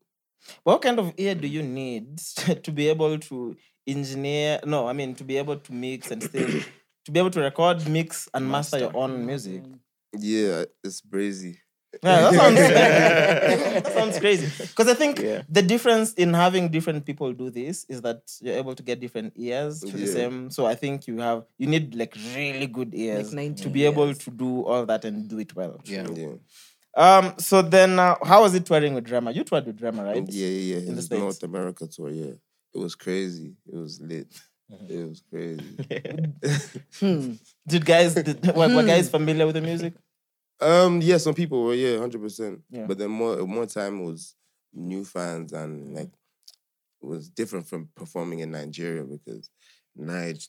What kind of ear do you need [LAUGHS] to be able to engineer? No, I mean to be able to mix and still [COUGHS] to be able to record, mix, and master, your own music. Yeah, it's brazy. Yeah, that sounds, that sounds crazy. [LAUGHS] Because I think Yeah. the difference in having different people do this is that you're able to get different ears to the Yeah. same. So I think you have you need like really good ears 90 to be able ears. to do all that and do it well. Yeah. Yeah, Um. So then, uh, how was it touring with drama? You toured with drama, right? yeah, yeah. the yeah. It's States. North America tour. Yeah, it was crazy. It was lit. Mm-hmm. It was [LAUGHS] crazy. [LAUGHS] Hmm. Did guys did, were, were guys familiar with the music? um, yeah, some people were yeah, hundred percent. Yeah. But then more more time was new fans Mm-hmm. and like it was different from performing in Nigeria because Niger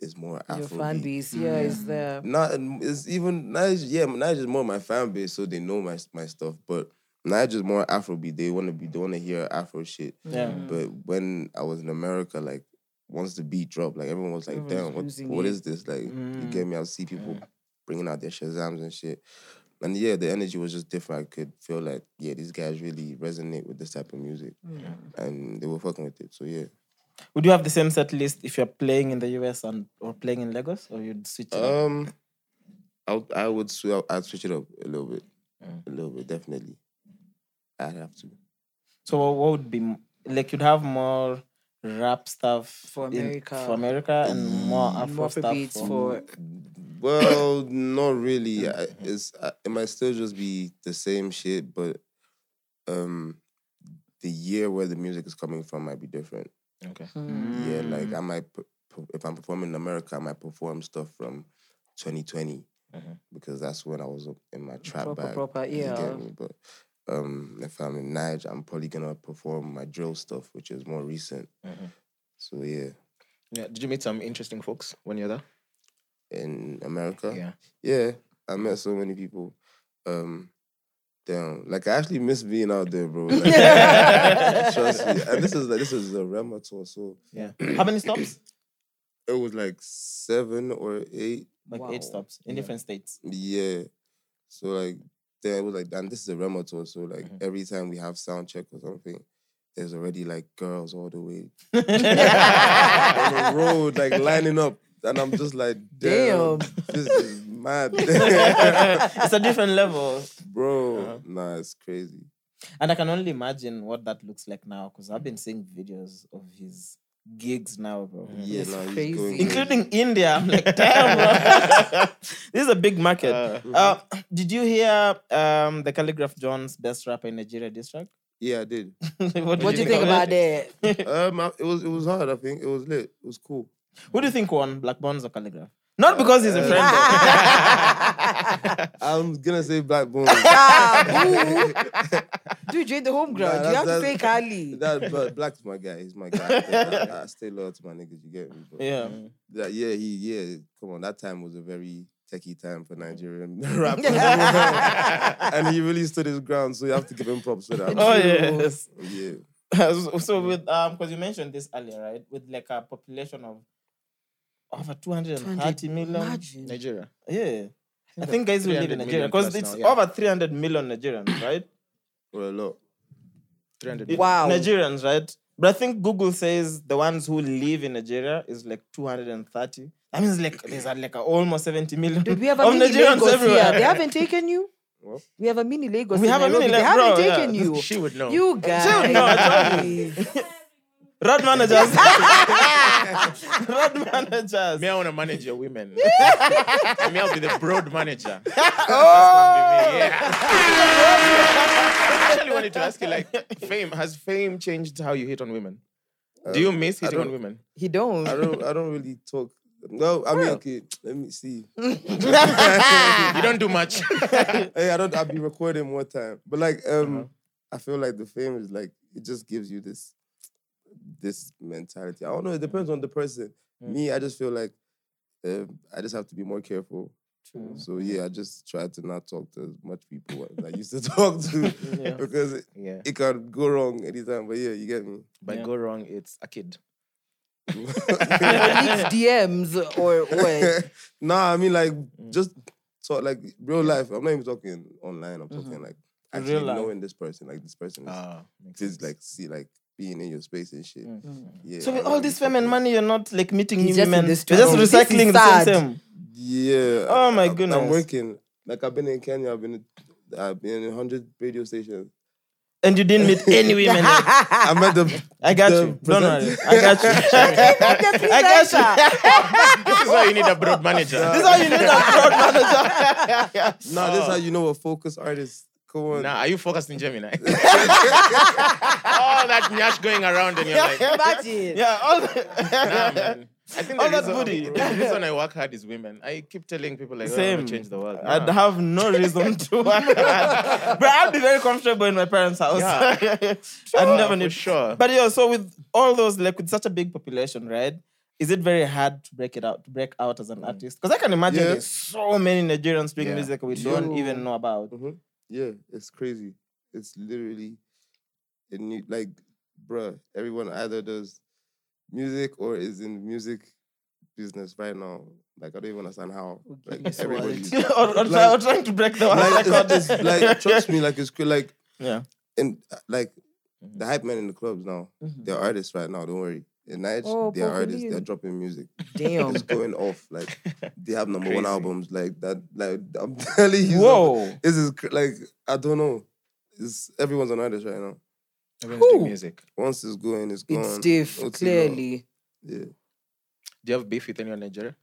is more Afro. Your fan base, yeah, Mm. is there. Not um, it's even Niger. Yeah, Niger's more my fan base, so they know my my stuff. But Niger's more Afrobeat. They want to be. They want to hear Afro shit. Yeah. Hmm. But when I was in America, like once the beat dropped, like everyone was like, Everyone's "Damn, what, losing what it. is this?" Like, you get me? I see people bringing out their Shazams and shit. And yeah, the energy was just different. I could feel like, yeah, these guys really resonate with this type of music, Hmm. and they were fucking with it. So yeah. Would you have the same set list if you're playing in the US and or playing in Lagos, or you'd switch? it up? Um, I would- I would sw- I'd switch it up a little bit, a little bit definitely. I'd have to. So what what would be m- like you'd have more rap stuff For in- America. Mm, for America and more Afro More stuff beats for Well, not really. I, it's I, it might still just be the same shit, but um, the year where the music is coming from might be different. Okay. Hmm. Yeah, like Mm. I might per- per- if I'm performing in America, I might perform stuff from 2020 because that's when I was up in my trap Mm-hmm. Proper, bag. proper, you get yeah. me? But um, if I'm in Niger, I'm probably gonna perform my drill stuff, which is more recent. Mm-hmm. So yeah, Yeah. Did you meet some interesting folks when you're there? in America. Yeah. Yeah, I met so many people. Um, damn, like I actually miss being out there, bro. Like, trust me. And this is like this is a Rema tour, so Yeah. How many [COUGHS] stops? it was like seven or eight. Like eight stops in different [LAUGHS] states. [LAUGHS] Yeah, so like there it was like, and this is a Rema tour, so like every time we have sound check or something. There's already like girls all the way on the road, like lining up, and I'm just like, damn, this is mad, it's a different level. [LAUGHS] bro. Nah, it's crazy. And I can only imagine what that looks like now because I've been seeing videos of his gigs now, bro. Yeah, It's nah, he's crazy. going crazy. Including India. I'm like, damn, bro. [LAUGHS] this is a big market. Uh, did you hear um, the Calligraph John's best rapper in Nigeria district? Yeah, I [LAUGHS] did. [LAUGHS] what What do you think about that? um, I- it was it was hard. I think it was lit. It was cool. Who do you think won, Black Bones or Calligraph? Not because he's a friend. [LAUGHS] though. I'm gonna say Black [LAUGHS] [LAUGHS] Bones. [LAUGHS] Dude, you're in the home ground. Nah, you have to that's- say Kali. that but Black's my guy. He's my guy. I, I stay loyal to my niggas. You get me? But yeah. that- yeah, he yeah. Come on, that time was a very techie time for [LAUGHS] Nigerian [LAUGHS] rappers, and he really stood his ground. So you have to give him props for that. [LAUGHS] Oh yes. yeah. so [LAUGHS] so with um, because you mentioned this earlier, right? With like a population of over 230 million. Imagine. [LAUGHS] Nigeria. Yeah. I think guys will live 300 in million Nigeria because plus it's now, yeah. over 300 million Nigerians, right? Well, a lot. 300. It- Wow. Nigerians, right? But I think Google says the ones who live in Nigeria is like 230. That means like there's uh, like uh, almost 70 million Dude, we have a of mini Nigerians Lagos everywhere. here. They haven't taken you. What? We have a mini Lagos. We in have a mini Nairobi. Lag- bro, They yeah. haven't taken you. [LAUGHS] She would know. You guys. no, I Road [LAUGHS] managers. Road managers. Me, I want to manage your women. And me, I'll be the broad manager. That's gonna be me, yeah. [LAUGHS] I actually wanted to ask you, like, fame has fame changed how you hit on women? Do you miss hitting on don't- women? he don't. Um, I don't. I don't really talk. No, I mean, okay. Let me see. You don't do much. Hey, I don't. I'll be recording more time. But like, um, I feel like the fame is like it just gives you this, this mentality. I don't know. It depends on the person. Me, I just feel like, um, I just have to be more careful. So yeah, I just try to not talk to as much people as I used to talk to [LAUGHS] because it, yeah. it can go wrong anytime. But yeah, you get me. But Yeah. go wrong, it's a kid. Leaks DMs or [LAUGHS] what? [LAUGHS] nah, I mean like just talk like real life. I'm not even talking online. I'm talking like actually Real life. knowing this person, like this person is Ah, makes just sense. like see like being in your space and shit. Yeah. Mm. So I with know all you this fucking- fame and money, you're not like meeting He's new just in women. You're this just struggle. This is recycling the same. sad. same. Yeah. Oh my I'm- goodness. I'm working. Like I've been in Kenya. I've been I've been in hundred [LAUGHS] radio stations. And you didn't [LAUGHS] meet any women. I [LAUGHS] met the I got The you. Don't worry. I got you. I got you. Presenter. This is why you need a broad manager. This is how you need a broad manager. no. This is how you know a focus artist. Come on. Now, are you focused in [LAUGHS] Gemini? all that nyash going around and you're like, nah, Imagine. yeah, all the- man. I think All the that reason, booty. the reason I work hard is women. I keep telling people like, oh, I Same. want to change the world. I'd Nah. have no reason to. [LAUGHS] but I'd be very comfortable in my parents' house. [LAUGHS] Yeah. I'd never for need. [LAUGHS] sure. But yeah, so with all those, like with such a big population, right? Is it very hard to break it out, to break out Mm. as an artist? Because I can imagine Yeah. there's so many Nigerians doing Yeah. music we don't Yo. even know about. [LAUGHS] Mhm. Yeah, it's crazy. It's literally a new like, bruh. Everyone either does music or is in music business right now. Like I don't even understand how. Like [LAUGHS] everybody's or, or, try- Like- or trying to break the world like, record. it's, it's, like trust me, like it's cra- like Yeah. and uh, like the hype men in the clubs now. They're artists right now. Don't worry. In Niger, Oh, they're artists. Bokolin. They're dropping music. Damn. It's going off. Like they have number one Crazy. albums. Like that. Like I'm [LAUGHS] telling you. [LAUGHS] Whoa. This is cr- like I don't know. It's everyone's an artist right now. Everyone's doing Who? music. Once it's going, it's gone. It's stiff, What's it gone? clearly. Yeah. Do you have beef with anyone in Nigeria?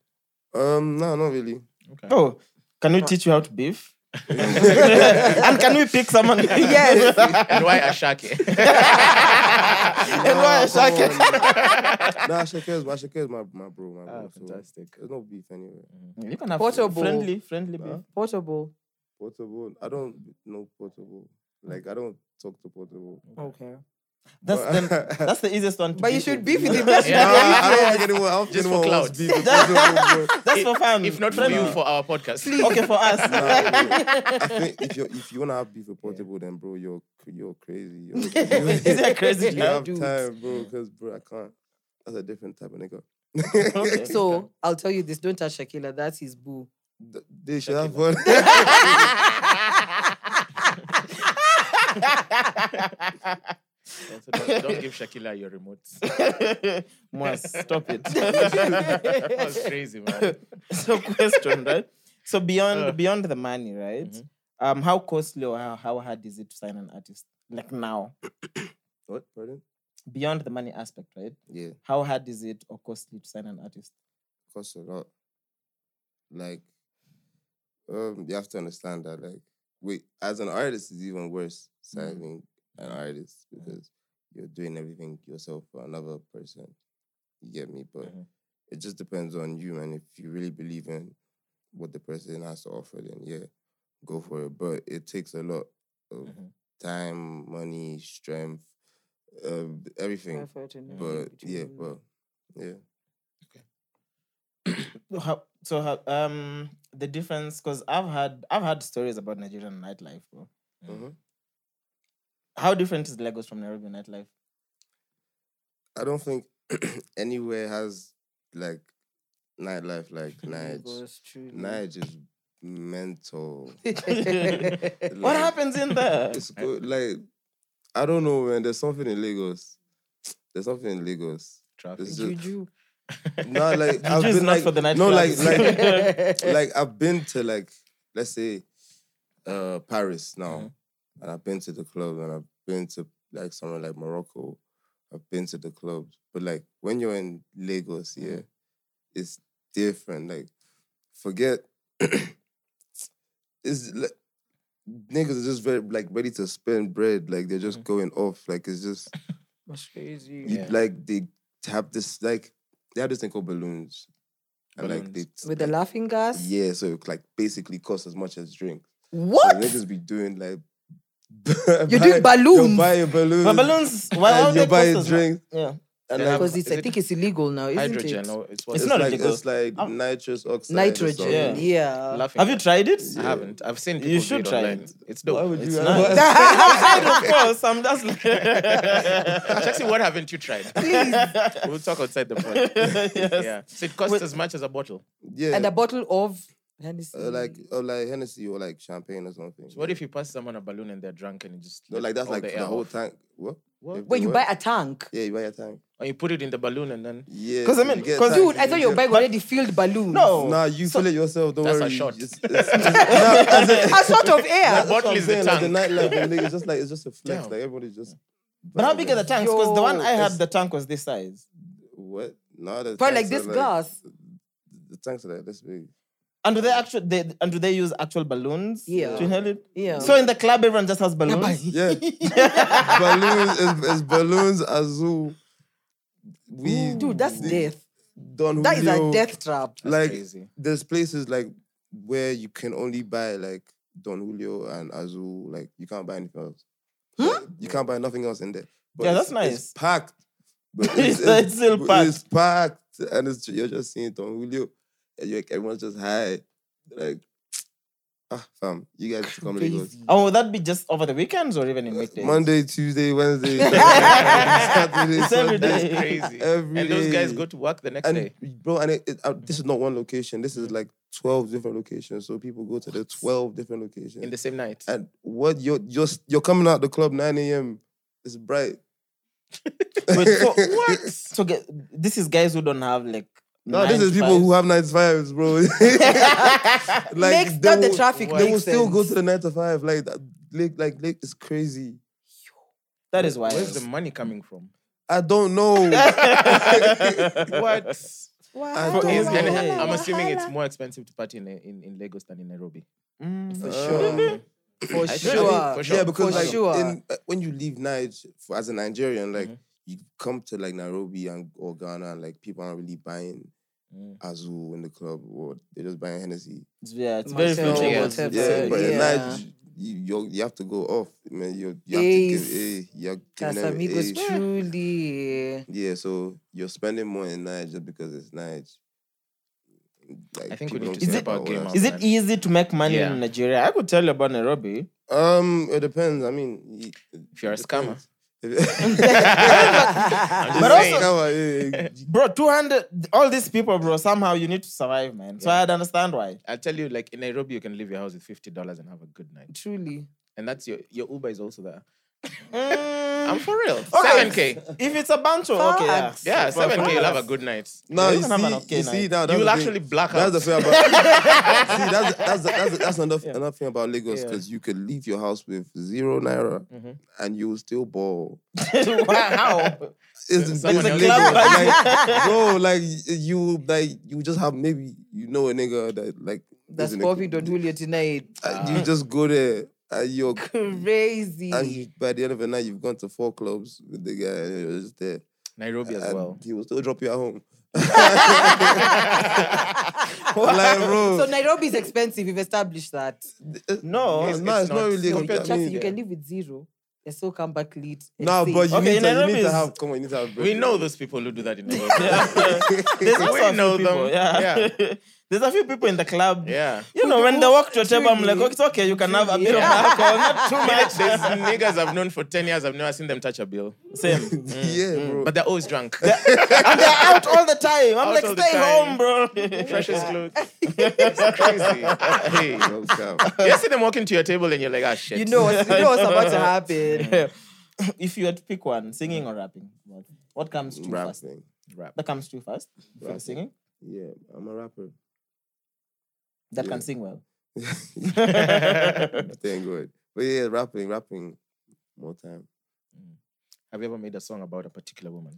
Um. No, not really. Okay. Oh, can we teach you how to [LAUGHS] beef? and can we pick someone? [LAUGHS] Yes. [LAUGHS] and why Ashake? [LAUGHS] and why Nah, a shaker? come on. Um, nah, Shaka is my Shaka is my my bro. My bro. Ah, so fantastic. There's no beef anywhere. You can have Portable. friendly, friendly beef. Huh? Portable. Portable. I don't know portable. Like I don't talk to [LAUGHS] portable. Okay. That's the, But- that's the easiest one. To But you beef should with. beef with the Nah, best. I don't think anyone. I don't think Just for anyone wants clout. beef with portable, bro. That's for fun. If not for Friendly. you, for our podcast. okay, for [LAUGHS] us. Nah, bro. I think if you if you wanna have beef with portable, then bro, you're cr- you're crazy. You're, Is that crazy? you Yeah, have dudes. time, bro, because bro, I can't. That's a different type of nigga. Okay. [LAUGHS] So I'll tell you this: don't touch Shakila. That's his boo. Th- They should have one. Also, don't, don't give Shakila your remote. Must stop it. that was crazy, man. so question, right? So beyond Uh. beyond the money, right? Mhm. Um, how costly or how, how hard is it to sign an artist? Like now, what? Pardon? beyond the money aspect, right? Yeah, How hard is it or costly to sign an artist? costs a lot. Like, um, you have to understand that. Like, wait, as an artist, it's even worse signing an artist because you're doing everything yourself for another person. You get me? But Mhm. it just depends on you, man. If you really believe in what the person has to offer, then yeah, go for it. But it takes a lot of Mhm. time, money, strength, uh, everything. But yeah, but yeah. How, so how, um the difference because I've had I've had stories about Nigerian nightlife, bro. Mhm. How different is Lagos from Nairobi nightlife? I don't think [CLEARS THROAT] anywhere has like nightlife [LAUGHS] like Nige. Nige is mental. [LAUGHS] What [LAUGHS] [LAUGHS] Like, happens in [LAUGHS] there? It's good. Like I don't know, man. There's something in Lagos. There's something in Lagos. Traffic. It's just, [LAUGHS] Juju. no, [LAUGHS] like I've Juju is been not like for the night no, like clubs. like [LAUGHS] Eh. like I've been to like let's say uh Paris now, and I've been to the club, and I've been to like somewhere like Morocco. I've been to the clubs, but like when you're in Lagos, yeah, it's different. Like forget, [CLEARS THROAT] it's like, niggas are just very like ready to spend bread. Like they're just going off. Like it's just That's crazy. you- Yeah. like they have this like they have this thing called balloons, and like they With the laughing gas. yeah, so it like basically costs as much as drink. What? So niggas be doing like [LAUGHS] You're doing You're balloons? buying balloons. But balloons, why and would they you're buying cost us- drinks. Yeah. And like, Yeah, Because it's, Is I it think it's illegal now, isn't Hydrogen. it? or it's what It's it's not like, illegal. It's like Um, nitrous oxide. or Nitrogen. something. Yeah. Yeah. laughing. Have you tried it? I haven't. I've seen people You do should it try online. it. It's Why dope. would [LAUGHS] you? It's have- Outside, [LAUGHS] of course. I'm just [LAUGHS] Actually, what haven't you tried? [LAUGHS] we'll talk outside the pod. yes. Yeah. So it costs With- as much as a bottle. Yeah. And a bottle of Hennessy. Uh, like or like Hennessy or like champagne or something. So what if you pass someone a balloon and they're drunk and you just no, let like that's Oh, all like the, the, air whole off? tank. What? What? If Wait, you what? buy a tank? Yeah, you buy a tank. and you put it in the balloon and then Yeah. 'Cause I you mean, Oh. get a 'cause tank, you Dude, I thought get- your bag already filled balloons. [LAUGHS] No. Nah, you fill it yourself. Don't That's a worry. shot. [LAUGHS] It's, it's, it's, nah, that's it. A sort of air. That's what bottle I'm is the saying, Like the tank. nightlife, [LAUGHS] and nigga, it's just like it's just a flex. Damn. Like everybody's just. But how big are the tanks? Because the one I Yo, had, it's- the tank was this size. What? Nah, the Probably like tanks are this glass. The tanks are like this big. And do they actual? They, and do they use actual balloons? Yeah. To inhale it? Yeah. So in the club, everyone just has [LAUGHS] balloons. [LAUGHS] Yeah. balloons is, is balloons azul. We Dude, that's the- death. Don That is a Julio, death trap. Like crazy. there's places like where you can only buy like Don Julio and Azul. Like you can't buy anything else. You can't buy nothing else in there. But Yeah, it's- that's nice. It's packed. But It's- it's still but packed. It's packed, and it's you're just seeing Don Julio, and you're, everyone's just high. Like ah, fam, you guys should come Lagos. Crazy. And would that Oh, be just over the weekends or even in weekdays? Monday, Tuesday, Wednesday, Saturday, It's every Sunday. day. crazy. Every and those guys day. go to work the next And day. bro, and it, it, uh, this is not one location. This is like twelve different locations. So people go to the twelve different locations. In the same night. and what you're you're you're coming out the club nine a.m. It's bright. Wait, [LAUGHS] so what? So get, this is guys who don't have like. No, this is people who have nine to fives, bro. [LAUGHS] like makes they that the will- traffic They will makes still go sense. to the nine to five. Like that- like like, like it's crazy. That is why. Where's the money coming from? I don't know. what? I For don't his- know. and I'm assuming it's more expensive to party in, in, in Lagos than in Nairobi. Mm. um, [LAUGHS] for [LAUGHS] sure. For I think- sure. for sure. Yeah, because For like sure. in, uh, when you leave Niger for, as a Nigerian, Mm-hmm. like you come to like Nairobi and or Ghana, and like people aren't really buying Mm. Azul in the club, or they're just buying Hennessy. Yeah, it's very Myself, future. yeah. towards- whatever. Yeah, So, but in yeah. Niger, you you're- you have to go off, man. You you have to give a Ace. you're giving them Casamigos, a. [LAUGHS] truly. Yeah, so you're spending more in Niger because it's Niger. Like, I think we people don't need to care step our about game what up. Is it easy to make money Yeah. in Nigeria? I could tell you about Nairobi. I- Um, it depends. I mean, y- If you're a it scammer. [LAUGHS] depends. I'm just But also- saying, scammer, [LAUGHS] yeah, yeah. Bro, 200, all these people, bro, somehow you need to survive, man. So Yeah. I'd understand why. I'll tell you, like in Nairobi, you can leave your house with fifty dollars and have a good night, Truly. and that's your your Uber is also there. Mm, I'm for [LAUGHS] real. Okay. Seven k. if it's a bunch of, okay. Yeah. [LAUGHS] Facts. Yeah, For seven k. You'll have a us. good night. No, You you can have an see, okay you night. see now, that's you will the thing. actually black out. That's the thing [LAUGHS] about [LAUGHS] see that's that's that's that's another, Yeah. another thing about Lagos Yeah. because you could leave your house with zero naira Mhm. and you will still ball. How? It's, Someone it's Lagos, else did like, [LAUGHS] bro. Like you like you just have maybe you know a nigga that like That's isn't a- Bobby Don Julio tonight. uh, You just go there and [LAUGHS] you're and Crazy. you, by the end of the night you've gone to four clubs with the guy and you're just there. Nairobi as And well. He will still drop you at [LAUGHS] home. [LAUGHS] like, bro. so Nairobi is expensive. We've established that. No, it's, not, it's not really. compared I to- Just mean, you can live with zero and still come back late. and No, save. but you, Okay, need, to, you Nairobi need to is- have. Come on, you need to have. We know this. those people who do [LAUGHS] that in Nairobi. There's We also a know few people. them. Yeah. [LAUGHS] There's a few people in the club. [LAUGHS] yeah. You know, when they walk to a table, I'm like, Truly. okay, it's okay, you can have a bit of Truly. alcohol, not too much. There's niggas I've known for 10 years, I've never seen them touch a bill. Same. yeah, bro. Mm, But they're always drunk. [LAUGHS] And they're out all the time. I'm Out all like, the stay time. home, bro. Fresh as clothes. it's crazy. Hey. No cap. [LAUGHS] You see them walking to your table and you're like, ah, shit. you know, what's, you know what's about to [LAUGHS] happen. [LAUGHS] if you had to pick one, singing or rapping, what, what comes too fast? Rapping. Rap. That comes too fast. If you're Rapping. singing, Yeah, I'm a rapper. that Yeah. can sing well. Thank God. But yeah, rapping, rapping. More [LAUGHS] time. Have you ever made a song about a particular woman?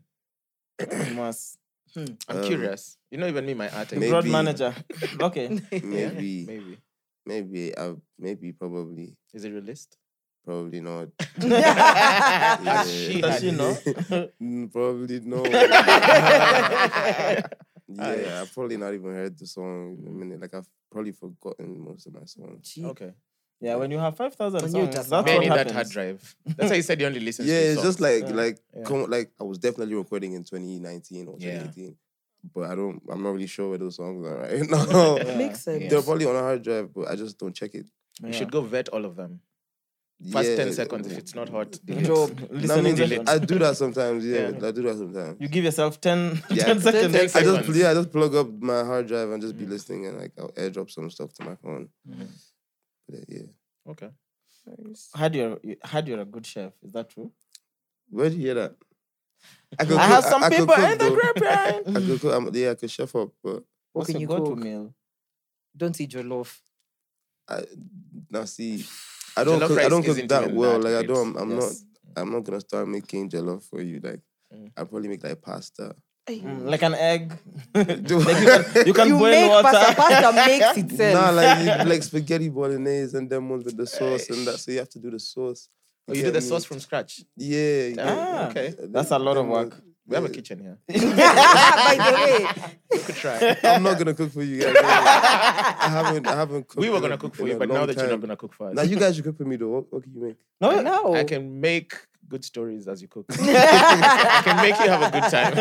Must. I'm Um, curious. You know, even me, my art. I- Maybe. Road manager. [LAUGHS] Okay. Yeah, Maybe, Maybe. maybe, I, maybe, probably, Is it realist? probably [LAUGHS] not. Ah, Yeah. Does she know? Mm, probably no. [LAUGHS] yeah, I've probably not even heard the song in a minute. Like I've probably forgotten most of my songs. Gee. Okay. Yeah, when you have 5,000 When you songs, just that's what Many that happens. hard drive. That's how you said you only listen Yeah, to it's songs. just like Yeah. like Yeah. come like I was definitely recording in 2019 or Yeah. 2018, but I don't. I'm not really sure where those songs are right [LAUGHS] now. Yeah. Makes sense. They're probably on a hard drive, but I just don't check it. We should go vet all of them. First Yeah. 10 seconds, if it's not hot, delete. Job. No, I Listening mean, session. I do that sometimes. Yeah, Yeah. I do that sometimes. You give yourself 10, Yeah. 10 seconds. Ten I seconds. just yeah, I just plug up my hard drive and just be listening and like I'll airdrop some stuff to my phone. Mm-hmm. But, uh, yeah. Okay. Had you're, had you're a good chef. Is that true? Where did you hear that? I, could I have cook- some could people cook, in the though. [LAUGHS] grapevine. I could cook. I'm, yeah, I could chef up, but What What's can your you go-to cook? meal? Don't eat your love. I now see. I don't. Jollof Cook, I rice don't cook isn't that even well. that, like I don't. babes. I'm Yes. not. I'm not gonna start making jollof for you. Like Mm. I'll probably make like [LAUGHS] pasta. Mm, like an egg. Do- Like you [LAUGHS] can, you can You boil make water. pasta. Pasta makes itself. Nah, [LAUGHS] like you- like spaghetti bolognese and then ones with the sauce and that. So you have to do the sauce. Oh, you did the get me? sauce from scratch. Yeah. you get- uh, Ah, okay. That's a lot of Them ones- work. We have a yeah. kitchen here. [LAUGHS] By the way, We could try. I'm not gonna cook for you guys. I haven't. I haven't. Cooked [LAUGHS] we were in a- gonna cook for in you, a but now long that you're time. not gonna cook for us, Now you guys should cook for me though. What, what can you make? no, no. I can make good stories as [LAUGHS] you cook. I can make you have a good time.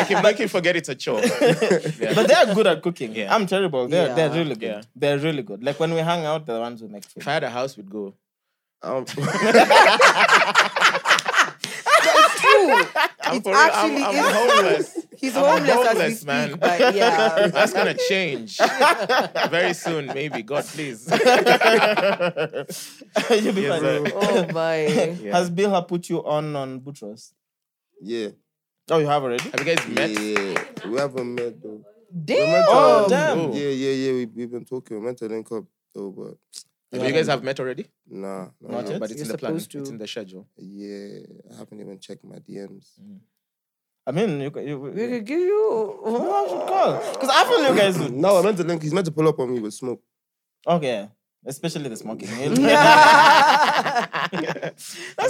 I can make you forget it's a chore. Yeah. but they are good at cooking. Yeah. I'm terrible. They're, they're Yeah. really good. Yeah. They're really good. Like when we hang out, they're the ones who make food. [LAUGHS] if I had a house, we'd go. [LAUGHS] Um, I'm, It for real, I'm- actually I'm is- homeless. He's I'm homeless, as we homeless, speak. man. But [LAUGHS] yeah. That's gonna change very soon, maybe. God, [LAUGHS] please. You'll be Yes, fine. sir. [LAUGHS] Oh my. Yeah. Has Bill put you on on Butros? yeah. Oh, you have already. Have you guys met? Yeah. We haven't met though. Damn. Oh, Um, damn. Oh. Yeah, yeah, yeah. We, we've been talking. We're meant to link up though, but You guys have met already? nah. nah, Not nah. yet. but it's You're in the plan. supposed to. It's in the schedule. Yeah, I haven't even checked my DMs. Mm. I mean, you, can- you, We you, could give you. I should call because I feel you guys would. Mm. No, I meant to link. He's meant to pull up on me with smoke. Okay, especially the [LAUGHS] smoking. That's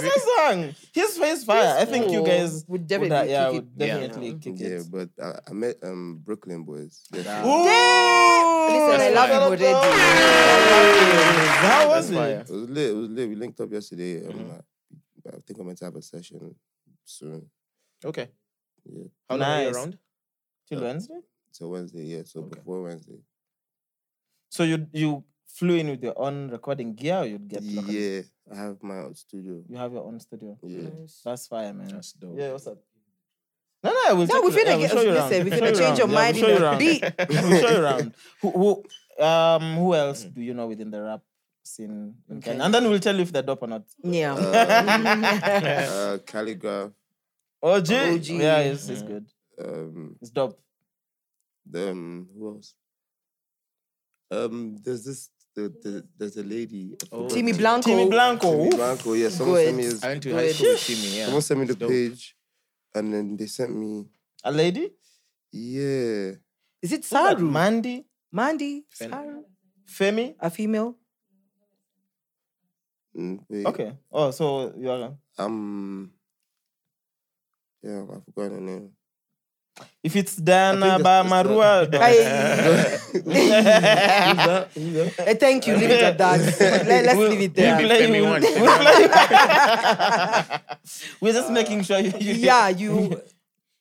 you- a song. His face fire. I think you guys would would, Oh, definitely. uh, yeah, kick would it. definitely kick Yeah, it. but I, I met um Brooklyn boys. yesterday. Ooh, Listen, I love him Fellow already. bros. How was it? It was lit. It was lit. We linked up yesterday. Um, Mm-hmm. I, I think I'm meant to have a session soon. Okay. Yeah, How long are you Nice. around? Till Wednesday. so Wednesday. Yeah, so Okay. before Wednesday. So you you flew in with your own recording gear, or you'd get locally? yeah, I have my own studio. You have your own studio. Yeah, That's fire, man. That's dope. Yeah, what's up? No, no, we'll No, take we you- finna yeah, we'll get- show you listen, around. we We'll show finna you change your around. mind Yeah, we'll in show a you beat. around. [LAUGHS] We'll show [LAUGHS] you around. Who, who, um, who else do you know within the rap scene? in Kenya? And then we'll tell you if they're dope or not. Yeah. Mm. [LAUGHS] Um, uh, calligraph. OG. OG. Yeah, it's, it's good. Um, It's dope. um, who else? Um, there's this. The, the, there's a lady. I [LAUGHS] Oh. forgot Timmy her name. Blanco. Timmy Blanco. Timmy oof. Blanco. Yeah, someone Good. sent me his, I went to high school with Timmy. Yeah. someone sent me the It's dope. page, and then they sent me. A lady? Yeah, Is it Like Saru? Mandy? Mandy? Fen- Saru? Femi? A [LAUGHS] female? Mm, wait, Okay. Oh, so you are. Um, yeah, I forgot her [LAUGHS] name. [LAUGHS] If it's Dana I think that's- Bamarua. Aye. [LAUGHS] Eh, thank you. Leave it [LAUGHS] at that. [LAUGHS] Let, us We'll- leave it we'll there. Yeah. play Femi you- won, we'll Femi play [LAUGHS] you- [LAUGHS] We're just making sure you, you [LAUGHS] Yeah, you.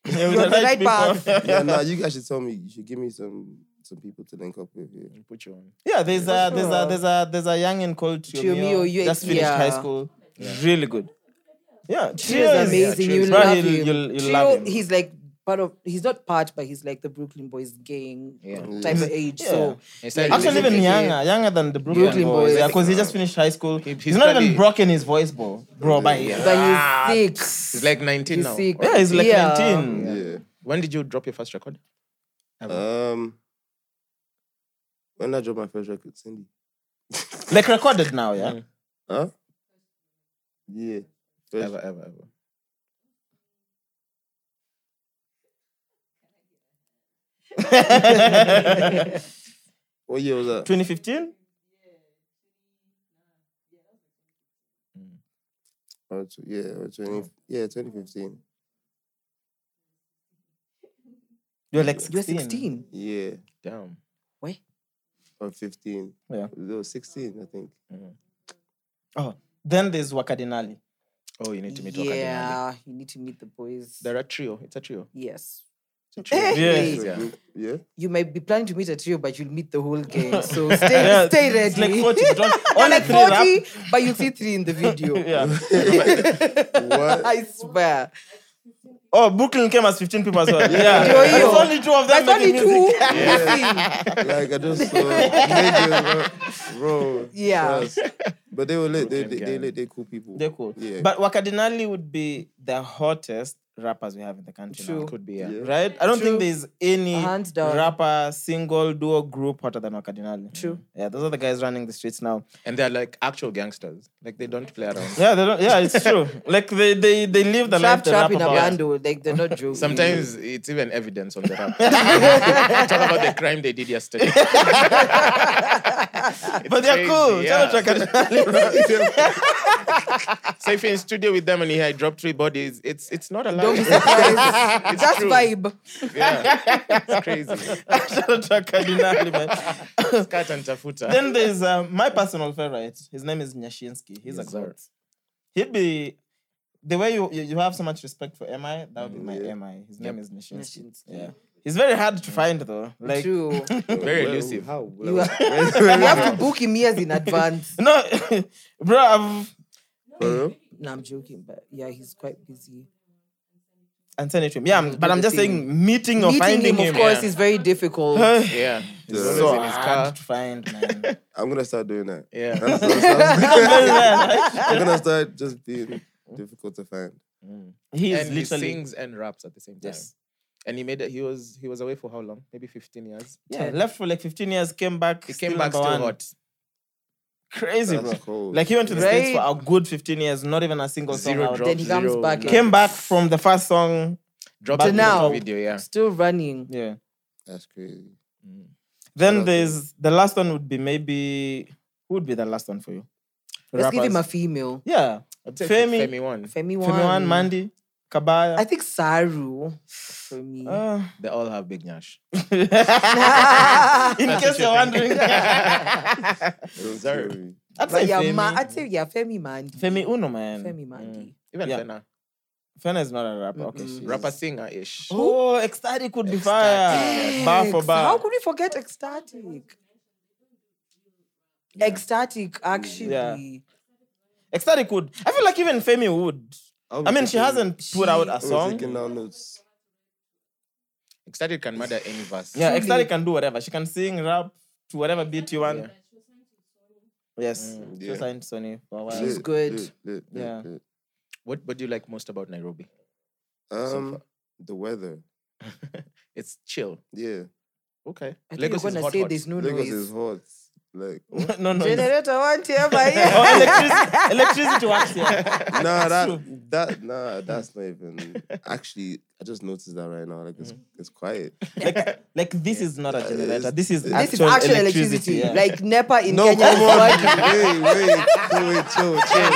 you're on the right path. people. Yeah, nah, [LAUGHS] you guys should tell me. You should give me some some people to link up with. Yeah. Put you on. Yeah, there's a there's a there's a there's a youngin called Chiomio, Chiomio. you- just finished high yeah. school. Really good. Yeah, She is amazing. Yeah, you Chio's- Bro, love you'll- him. you'll- you'll Chio, love him. He's like part of. He's not part, but he's like the Brooklyn Boys gang type of age. So Actually, even Yeah. younger, younger than the Brooklyn, Brooklyn boys. Boys. Yeah, because he just finished high school. He's, he's not even probably- broken his voice, bro. Bro, by yeah. Ah, but he's sick. He's like 19 He's now. sick. yeah, he's like Yeah. 19. Yeah. When did you drop your first record? Um, when I dropped my first record, Cindy. Like recorded now, yeah. Mm. Huh? Yeah. First- Ever, ever, ever. What year was that? 2015. Or Oh, tw- yeah, or 20, yeah, 2015. You're like 16. You're 16. Yeah, oh, Damn. or 15. Yeah. No, 16, I think. Then there's Wakadinali. Oh, you need to meet Wakadinali. Yeah, you need to meet the boys. They're a trio. It's a trio. Yes. Hey, Yeah. [LAUGHS] Yeah. You might be planning to meet a trio, but you'll meet the whole gang. So stay, Yeah, stay ready. it's like 40. [LAUGHS] Don't, Not only like three rap. 40, but you'll see three in the video. [LAUGHS] Yeah. What? I swear. Oh, Brooklyn came as 15 people as well. Yeah. Yo, yo. It's only two of them That's only making two. [LAUGHS] music. Yeah. like I just [LAUGHS] saw niggas, bro. Yeah. trust. But they were lit. They they, Brooklyn they gang. lit. They cool people. They're cool. Yeah. But Wakadinali would be the hottest rappers we have in the country now. True. Could be, yeah. Yeah. Right? I don't True. think there's any Hands down. rapper, single, duo, group hotter than Wakadinali. True. Yeah, those are the guys running the streets now. And they're like actual gangsters. Like they don't play [LAUGHS] around. Yeah, they don't, yeah, it's true. like they they they live the life Trap they trap rap in a about. bando. Like they're not joking. Sometimes it's even evidence on the rap. [LAUGHS] Talk about the crime they did [LAUGHS] yesterday. It's But they're crazy, cool. Shout out to so if you're in studio with them and you hear I drop three bodies, it's it's not allowed. Don't be surprised. [LAUGHS] It's Just true. vibe. Yeah. It's crazy. [LAUGHS] [LAUGHS] Shout out to Wakadinali, man. [LAUGHS] Cat and tafuta. then there's uh, my personal favorite. His name is Nyashinsky. He's Yes, a sir. god. He'd be the way you, you you have so much respect for MI. That would Mm, be my MI. His name is Nyashinsky. Yeah, he's very hard to find though. Like [LAUGHS] True. Very elusive. How? You, are, [LAUGHS] you have to book him years in advance. [LAUGHS] no, [LAUGHS] bro. I've No, I'm joking, but yeah, he's quite busy. and send it to him. Yeah, I'm- but I'm just saying meeting or Meeting finding him, him. of course, yeah. is very difficult. Yeah. It's Yeah. always So in his car. hard to find, [LAUGHS] man. I'm gonna start doing [LAUGHS] that. Yeah. That's- that's- Yeah, [LAUGHS] I'm gonna start just being Mm-hmm. difficult to find. he is and he literally. sings and raps at the same time. Yes. And he made it. He was he was away for how long? Maybe 15 years. Yeah, left for like 15 years, came back. He came back still number one. hot. Crazy, bro. That's cold. Like he went to the states for Right. a good 15 years, not even a single song. Zero out. drop. then he comes zero, back. none. Came back from the first song. Drop But it in now- the video, yeah. Still running. Yeah. That's crazy. Then Shout out to there's the last one would be maybe who would be the last one for you? Let's give him a Rappers. female. yeah. I'd say Femi, Femi, Femi one. Femi one. one, Mandy, Kabaya. I think Saru for me. Uh, [LAUGHS] They all have big nash. in That's case what you're you're wondering, [LAUGHS] thinking. I'd Don't Sir. kill me. [LAUGHS] but say yeah, Femi. Ma- I'd say yeah, Femi Mandy. Femi Uno man. Femi Mandy. Even Yeah. Fena. Fena is not a rapper. Okay, Mm-mm. she's- Rapper singer ish. Oh, ecstatic would be fire. Ecstatic. Bar for Ex- How bar. could we forget Ecstatic? Ecstatic, actually. Yeah. Ecstatic would. I feel like even Femi would. I'll be I mean, she taking- hasn't put out a I'll be song. taking down notes. Excited can murder any verse. Yeah, Truly. Ecstatic can do whatever. She can sing, rap to whatever beat you want. Yeah. Yes. Mm, She yeah. was signed to Sony for a while. She's Lit, good. lit, lit, lit, Yeah. lit. What what do you like most about Nairobi? so Um, far? the weather. It's chill. Yeah. Okay. I think you're is gonna hot, say hot. there's no Lagos noise. is hot. [LAUGHS] Like [LAUGHS] no, no. it's- Generator one here, but yeah. oh, electricity, electricity works here. nah, that that [LAUGHS] nah, that's not even. Actually, I just noticed that right now. Like Mm. it's it's quiet. Like, like this is not a generator. This is This This actual, is actual electricity. yeah. Like NEPA in No, Kenya is come on. Wait, working. wait, chill, wait, chill, chill.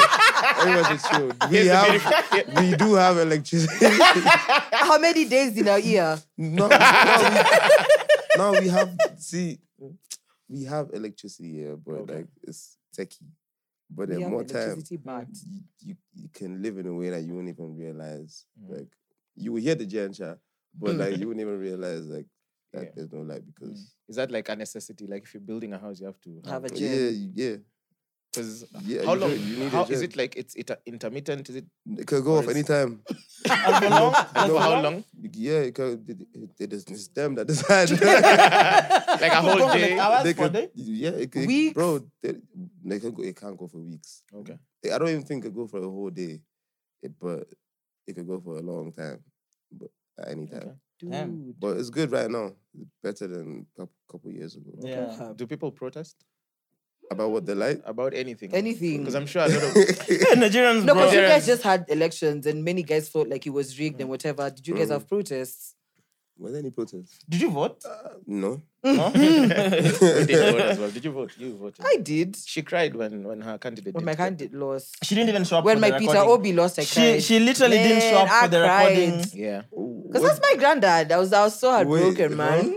Everyone should chill. [LAUGHS] We Here's the have, we do have electricity. [LAUGHS] How many days in a year? no, no, we, no, we have. See, we have electricity here, but like it's techie. But We then have more time, electricity, but you, you you can live in a way that you won't even realize. Mm. Like you will hear the gencha, but like [LAUGHS] you won't even realize like that Yeah. Mm. there's no light because Oh, Is that like a necessity? Like if you're building a house, you have to Have a yeah, gym. you- yeah, Because yeah. how you long? don't- you need how a gym. is it like? It's it intermittent? Is [LAUGHS] it It could go or off is- [LAUGHS] anytime. And for long, and for for how long, long? Yeah, it could, it, it, it, it's them that [LAUGHS] [LAUGHS] decide. Like a whole Like [LAUGHS] day? hours they per could, day. yeah, it could, Weeks? bro. They, they can go. It can't go for weeks. Okay. I don't even think it could go for a whole day, it, but it could go for a long time, but at any time. Okay. Damn. dude. But it's good right now. It's better than a couple, couple years ago. Yeah. Um, Do people protest About what the light? about anything? Anything. Because I'm sure a lot [LAUGHS] of Yeah, Nigerians, No, bro. because you Nigerians. guys just had elections and many guys thought like it was rigged and whatever. Did you guys have protests? Were there any protests? Did you vote? No. No? we did vote as well. Did you vote? You voted. I did. she cried when when her candidate. When didn't my get- candidate lost. she didn't even show up. When for my the Peter recording. Obi lost, I she cried. she literally didn't show up Man, for I the cried. recording. Yeah. Because that's my granddad. I was, I was so Wait, heartbroken, man.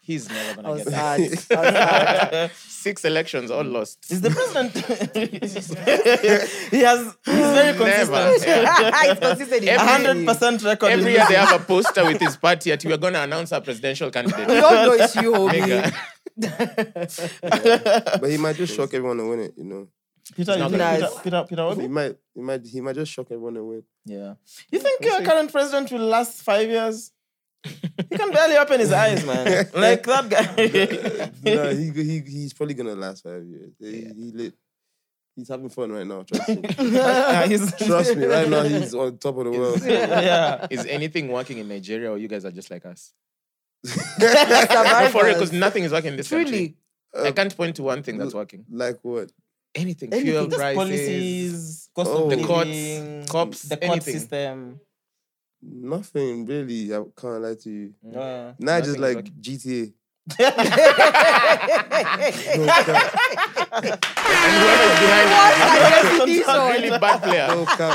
He's never I [LAUGHS] gonna was get that. sad. I was sad. six elections, all lost. Is the president? [LAUGHS] he has. He's very Never. consistent. [LAUGHS] it's consistent. A Every, hundred percent record. in Every year this. they have a poster with his party at we are going to announce our presidential we candidate. all know it's you, homie. Nigga. But he might just shock everyone and win it, you know. Peter, not Peter, nice. Peter, Peter, Peter He Obi? might, he might, he might just shock [LAUGHS] everyone and win. Yeah. You think your current president will last five years? he can barely open his eyes, man. Like that guy. no, he, he he's probably gonna last five years. He, he lit, he's having fun right now. [LAUGHS] Trust me. Yeah, he's- Trust me, right [LAUGHS] now he's on top of the world. yeah. Is anything working in Nigeria or you guys are just like us? [LAUGHS] No, for real, [LAUGHS] because Survivors. nothing is working in this country. Truly. I can't point to one thing that's working. [LAUGHS] Like what? Anything. Fuel Anything. Just prices. policies, cost Oh. of The courts, living, cops, the court anything. system. Nothing really. I can't lie to you. Yeah. [LAUGHS] Now just Nothing like working. GTA. No What cap. And whoever's behind an a exhibition. really bad player. No cap.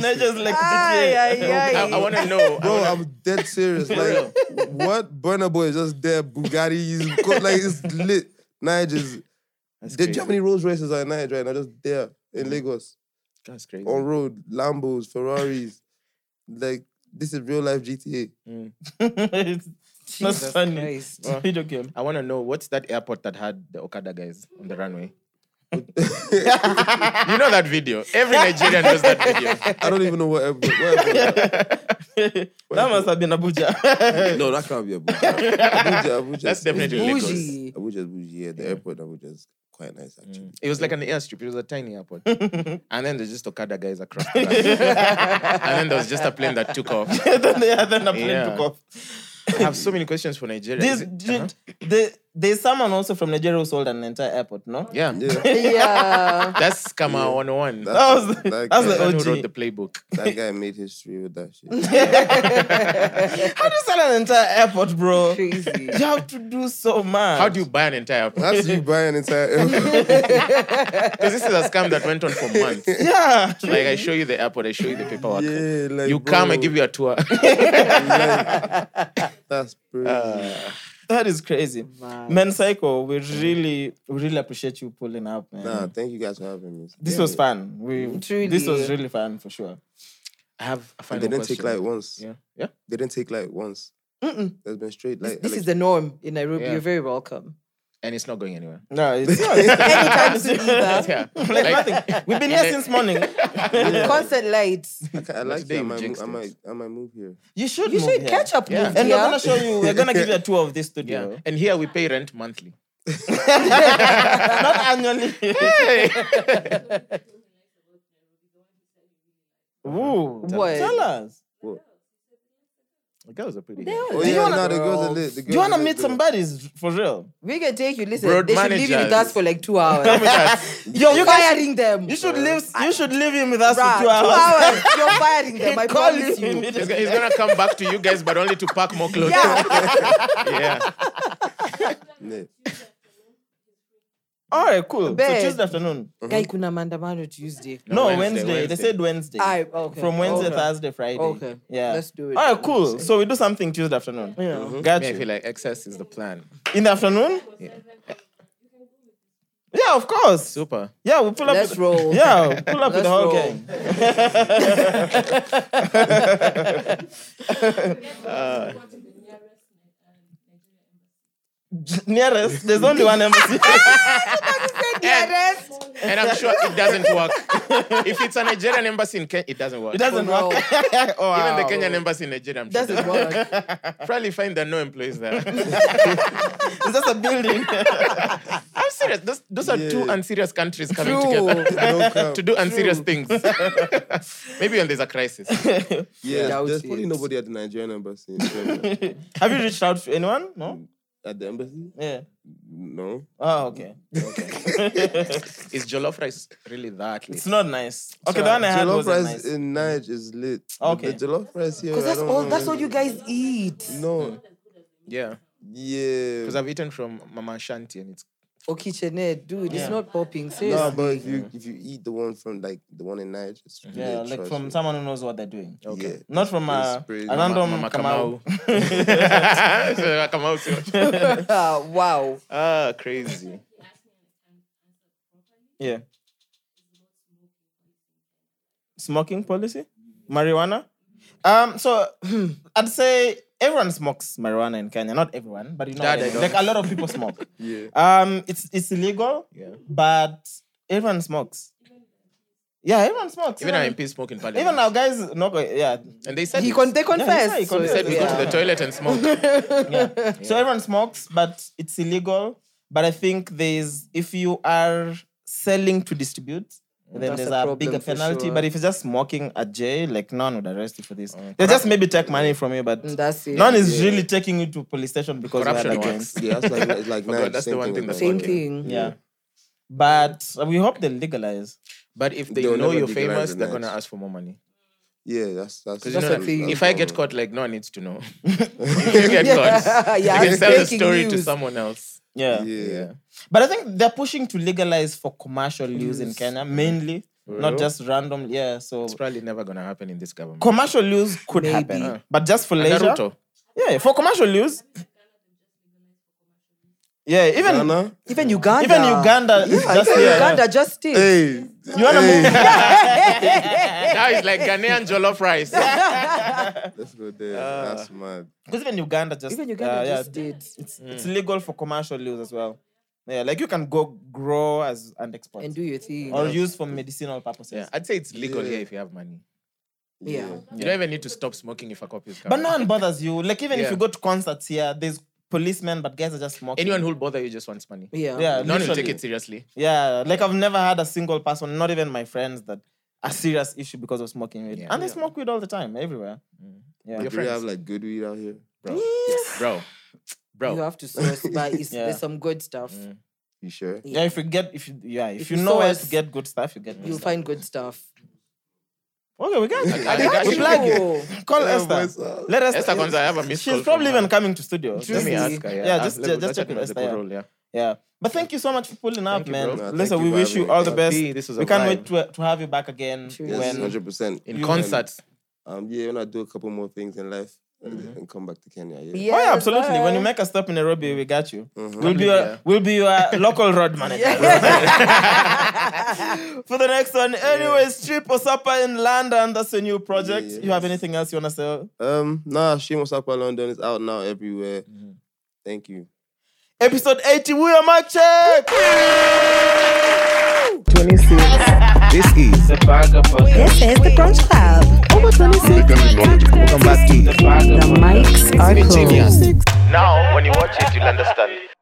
Not just like Ay, GTA. ay, ay. I, want to know. I Bro, wanna- I'm dead [LAUGHS] serious. Like, what Burner Boy is just there, Bugatti is co- like it's lit. Niger's That's the crazy. Germany Rolls Races are in Niger right now, just there in Lagos. That's crazy. On road, Lambos, Ferraris. like this is real life GTA. it's not Jesus funny. [LAUGHS] Christ. [LAUGHS] It's a video game. I want to know what's that airport that had the Okada guys on the runway? you know that video. Every Nigerian knows that video. I don't even know what airport. What airport That must have been Abuja. [LAUGHS] no, that can't be Abuja. Abuja, Abuja. That's definitely Lagos. Mm. Bougie. Abuja is bougie. Yeah, the airport Abuja is quite nice actually. It was like an airstrip. It was a tiny airport. [LAUGHS] and then there's just Okada guys across [LAUGHS] the runway. and then there was just a plane that took off. I then they had then a plane Yeah. took off. have so many questions for Nigeria. This, Is it- dude, Uh-huh. the, there's someone also from Nigeria who sold an entire airport, no? Yeah. Yeah. [LAUGHS] Yeah. That's Kama 101. That- That was, That that guy- was the the one who OG. wrote the playbook. That guy made history with that shit. How do you sell an entire airport, bro? You Crazy. have to do so much. How do you buy an entire airport? [LAUGHS] That's you buying entire airport. Because this is a scam that went on for [LAUGHS] [LAUGHS] months. Yeah. [LAUGHS] Like I show you the airport, I show you the paperwork. yeah, like you bro, come, I give you a [LAUGHS] tour. That's crazy. That is crazy. Man. Men Psycho, we really, we really appreciate you pulling up, man. Mm. Nah, thank you guys for having me. This Yeah. was fun. We Truly. this was really fun for sure. I have a And final they didn't question. take light once. yeah, yeah. They didn't take light once. Mm-mm. There's been straight This, light. this is Alex- the norm in Nairobi. Yeah. You're very welcome. And it's not going anywhere. No, [LAUGHS] it's [LAUGHS] Anytime soon either. [LAUGHS] Yeah, like Like, nothing. We've been [LAUGHS] here since morning. Concert lights. I, ca- I like today that. I might, move- you jinxed I, it. might, I might move here. You should You move should here. catch up Yeah. with And we're gonna yeah. show you. We're gonna give [LAUGHS] you a tour of this yeah. studio. And here we pay rent monthly. Not annually. Ooh. What? Tell us. The girls are pretty. Oh They yeah, wanna- nah, the girls are lit. The Do girls you wanna are lit, meet though. some buddies for real? We can take you. Listen, Road they should leave you with managers. us for like two hours. Yo, you You're guys, firing them. you should leave. You should leave him with us Bruh, for two hours. You're firing them. [LAUGHS] I Call promise him you. He's, immediately. go- he's gonna come back to you guys, but only to pack more clothes. Yeah. Yeah. Lit. All right, cool. Bet. So Tuesday afternoon. Guy, kuna maandamano Tuesday. No, Wednesday. They Wednesday. said Wednesday. I okay. From Wednesday, okay. Thursday, Friday. Okay. Yeah. Let's do it. All right, cool. So we do something Tuesday afternoon. Yeah. Got Me, I feel you. like excess is the plan. In the afternoon? Yeah. Yeah, of course. Super. Yeah, we pull up. Let's [LAUGHS] with- roll. [LAUGHS] Yeah, pull up with the Let's whole roll. gang. [LAUGHS] Uh, Nearest, there's only one [LAUGHS] embassy. Oh, Nearest. And I'm sure it doesn't [LAUGHS] work. if it's a Nigerian embassy in Kenya, it doesn't work. It doesn't Oh, no. work. [LAUGHS] Oh, Even the wow. Kenyan embassy in Nigeria, I'm sure it Doesn't doesn't work. work. [LAUGHS] Probably find there are no employees [LAUGHS] there. It's just a building. [LAUGHS] I'm serious. Those, those are two Yeah. unserious countries coming True. together [LAUGHS] No cap. to do unserious things. [LAUGHS] Maybe when there's a [LAUGHS] crisis. Yeah, Doubt there's probably it. nobody at the Nigerian embassy. in Germany. Have you reached out to anyone? No. at the embassy? Yeah. No. Oh, okay. Is jollof rice really that It's late? not nice. Okay, the alright. one I had Jollof wasn't rice nice. in Niger is lit. Okay. The jollof rice here. Because I that's don't all. know, That's man. all you guys eat. No. Yeah. Yeah. Because I've eaten from Mama Shanti and it's or KitchenAid, dude, Yeah. it's not popping. No, Seriously. but if you if you eat the one from like the one in Niger, it's really Mm-hmm. Yeah, like from someone. someone who knows what they're doing. Okay. Yeah. Not from uh, It's pretty- a random Mama Kamau. Kamau. Kamau too. [LAUGHS] wow. Ah, crazy. Yeah. Smoking policy? Marijuana? Mm-hmm. Um, so [CLEARS THROAT] I'd say everyone smokes marijuana in Kenya. Not everyone, but you know, Dad, what I I mean. don't. like a lot of [LAUGHS] people smoke. Yeah. Um, it's it's illegal, Yeah. but everyone smokes. Yeah, everyone smokes. Even our even, MP smoke in parliament. even our guys, no, yeah, And they said, He it. con- they confessed. yeah, he so they said we yeah. go to the toilet and smoke. yeah. [LAUGHS] So everyone smokes, but it's illegal. But I think there's if you are selling to distribute, then That's there's a a, problem bigger for penalty. sure. But if you're just smoking a J, like no one would arrest you for this. Mm, They just maybe take money from you, but And mm, that's it. none is really taking you to police station because you had Corruption a joint. works. Yeah, that's like it's [LAUGHS] like Forgot, Niger. Oh, that's the same one with thing that's Same Niger. Okay. thing. Yeah. But we hope they legalize. But if they They'll know never you're legalize famous, the they're gonna night. ask for more money. Yeah, that's that's. 'Cause you That's know the that- thing. If I get caught, like no one needs to know. if you get caught, [LAUGHS] yeah, you can it's sell the breaking story to news. someone else. Yeah. yeah, But I think they're pushing to legalize for commercial use in Kenya mainly, not real? just random. Yeah. So it's probably never gonna happen in this government. commercial use could Maybe. happen, but just for And leisure. Naruto. Yeah, for commercial use. Yeah, even Ghana? Even Uganda. even Uganda is Yeah, just even yeah. Uganda just did. Hey, You wanna move? Now it's like Ghanaian jollof rice. let's go there. [LAUGHS] that's Uh, mad. Because even Uganda just Even Uganda uh, yeah, just did. It's, Mm. it's legal for commercial use as well. Yeah, like you can go grow as and export And do your thing. or use for medicinal purposes. Yeah, I'd say it's legal Yeah. here if you have money. yeah. You don't even need to stop smoking if a cop is But coming. no one bothers you. Like even if Yeah. you go to concerts here, there's policemen, but guys are just smoking. Anyone who'll bother you just wants money. Yeah. yeah, No one will literally. take it seriously. Yeah, like I've never had a single person, not even my friends, that a serious issue because of smoking weed. Yeah. And they smoke weed all the time, everywhere. Yeah. Your Do we friends. have like good weed out here? Bro. Bro. Bro. You have to source, but it's, Yeah. Mm-hmm. there's some good stuff. You sure? Yeah, if you get if you yeah, if, If you you know where to source, get good stuff, you get good You'll stuff. find good stuff. Okay, we can I think I we should plug you. Oh, Call Yeah, Esther. voice out. Let us Esther Gonza, I have a missed call She's from probably her. even coming to studio. Let Let me Juicy. ask her. Yeah, Yeah, ask- just- let- yeah, let's just check check with with the Esther, good role, yeah. Yeah. But thank you so much for pulling up, Thank you, man. bro. No, Listen, thank we you for wish you having me. all the best. Happy, this was we a can't vibe. wait to, to have you back again. Cheers. Yes, When, hundred percent. In concerts. Um, yeah, when I do a couple more things in life Mm-hmm. and come back to Kenya. Yeah. oh yeah, yes, absolutely. bye. When you make a stop in Nairobi, we got you. Mhm. We'll be your, Yeah. we'll be your local road manager. For the next one, anyways, strip or supper in London. That's a new project. Yeah, yeah. You have anything else you wanna say? Um, nah, Shimo Sapa London is out now everywhere. Mm-hmm. Thank you. Episode 80, we are my check. This is é This is the Brunch Club. Bombasti. The mics are closed. Now, when you watch it, you'll understand.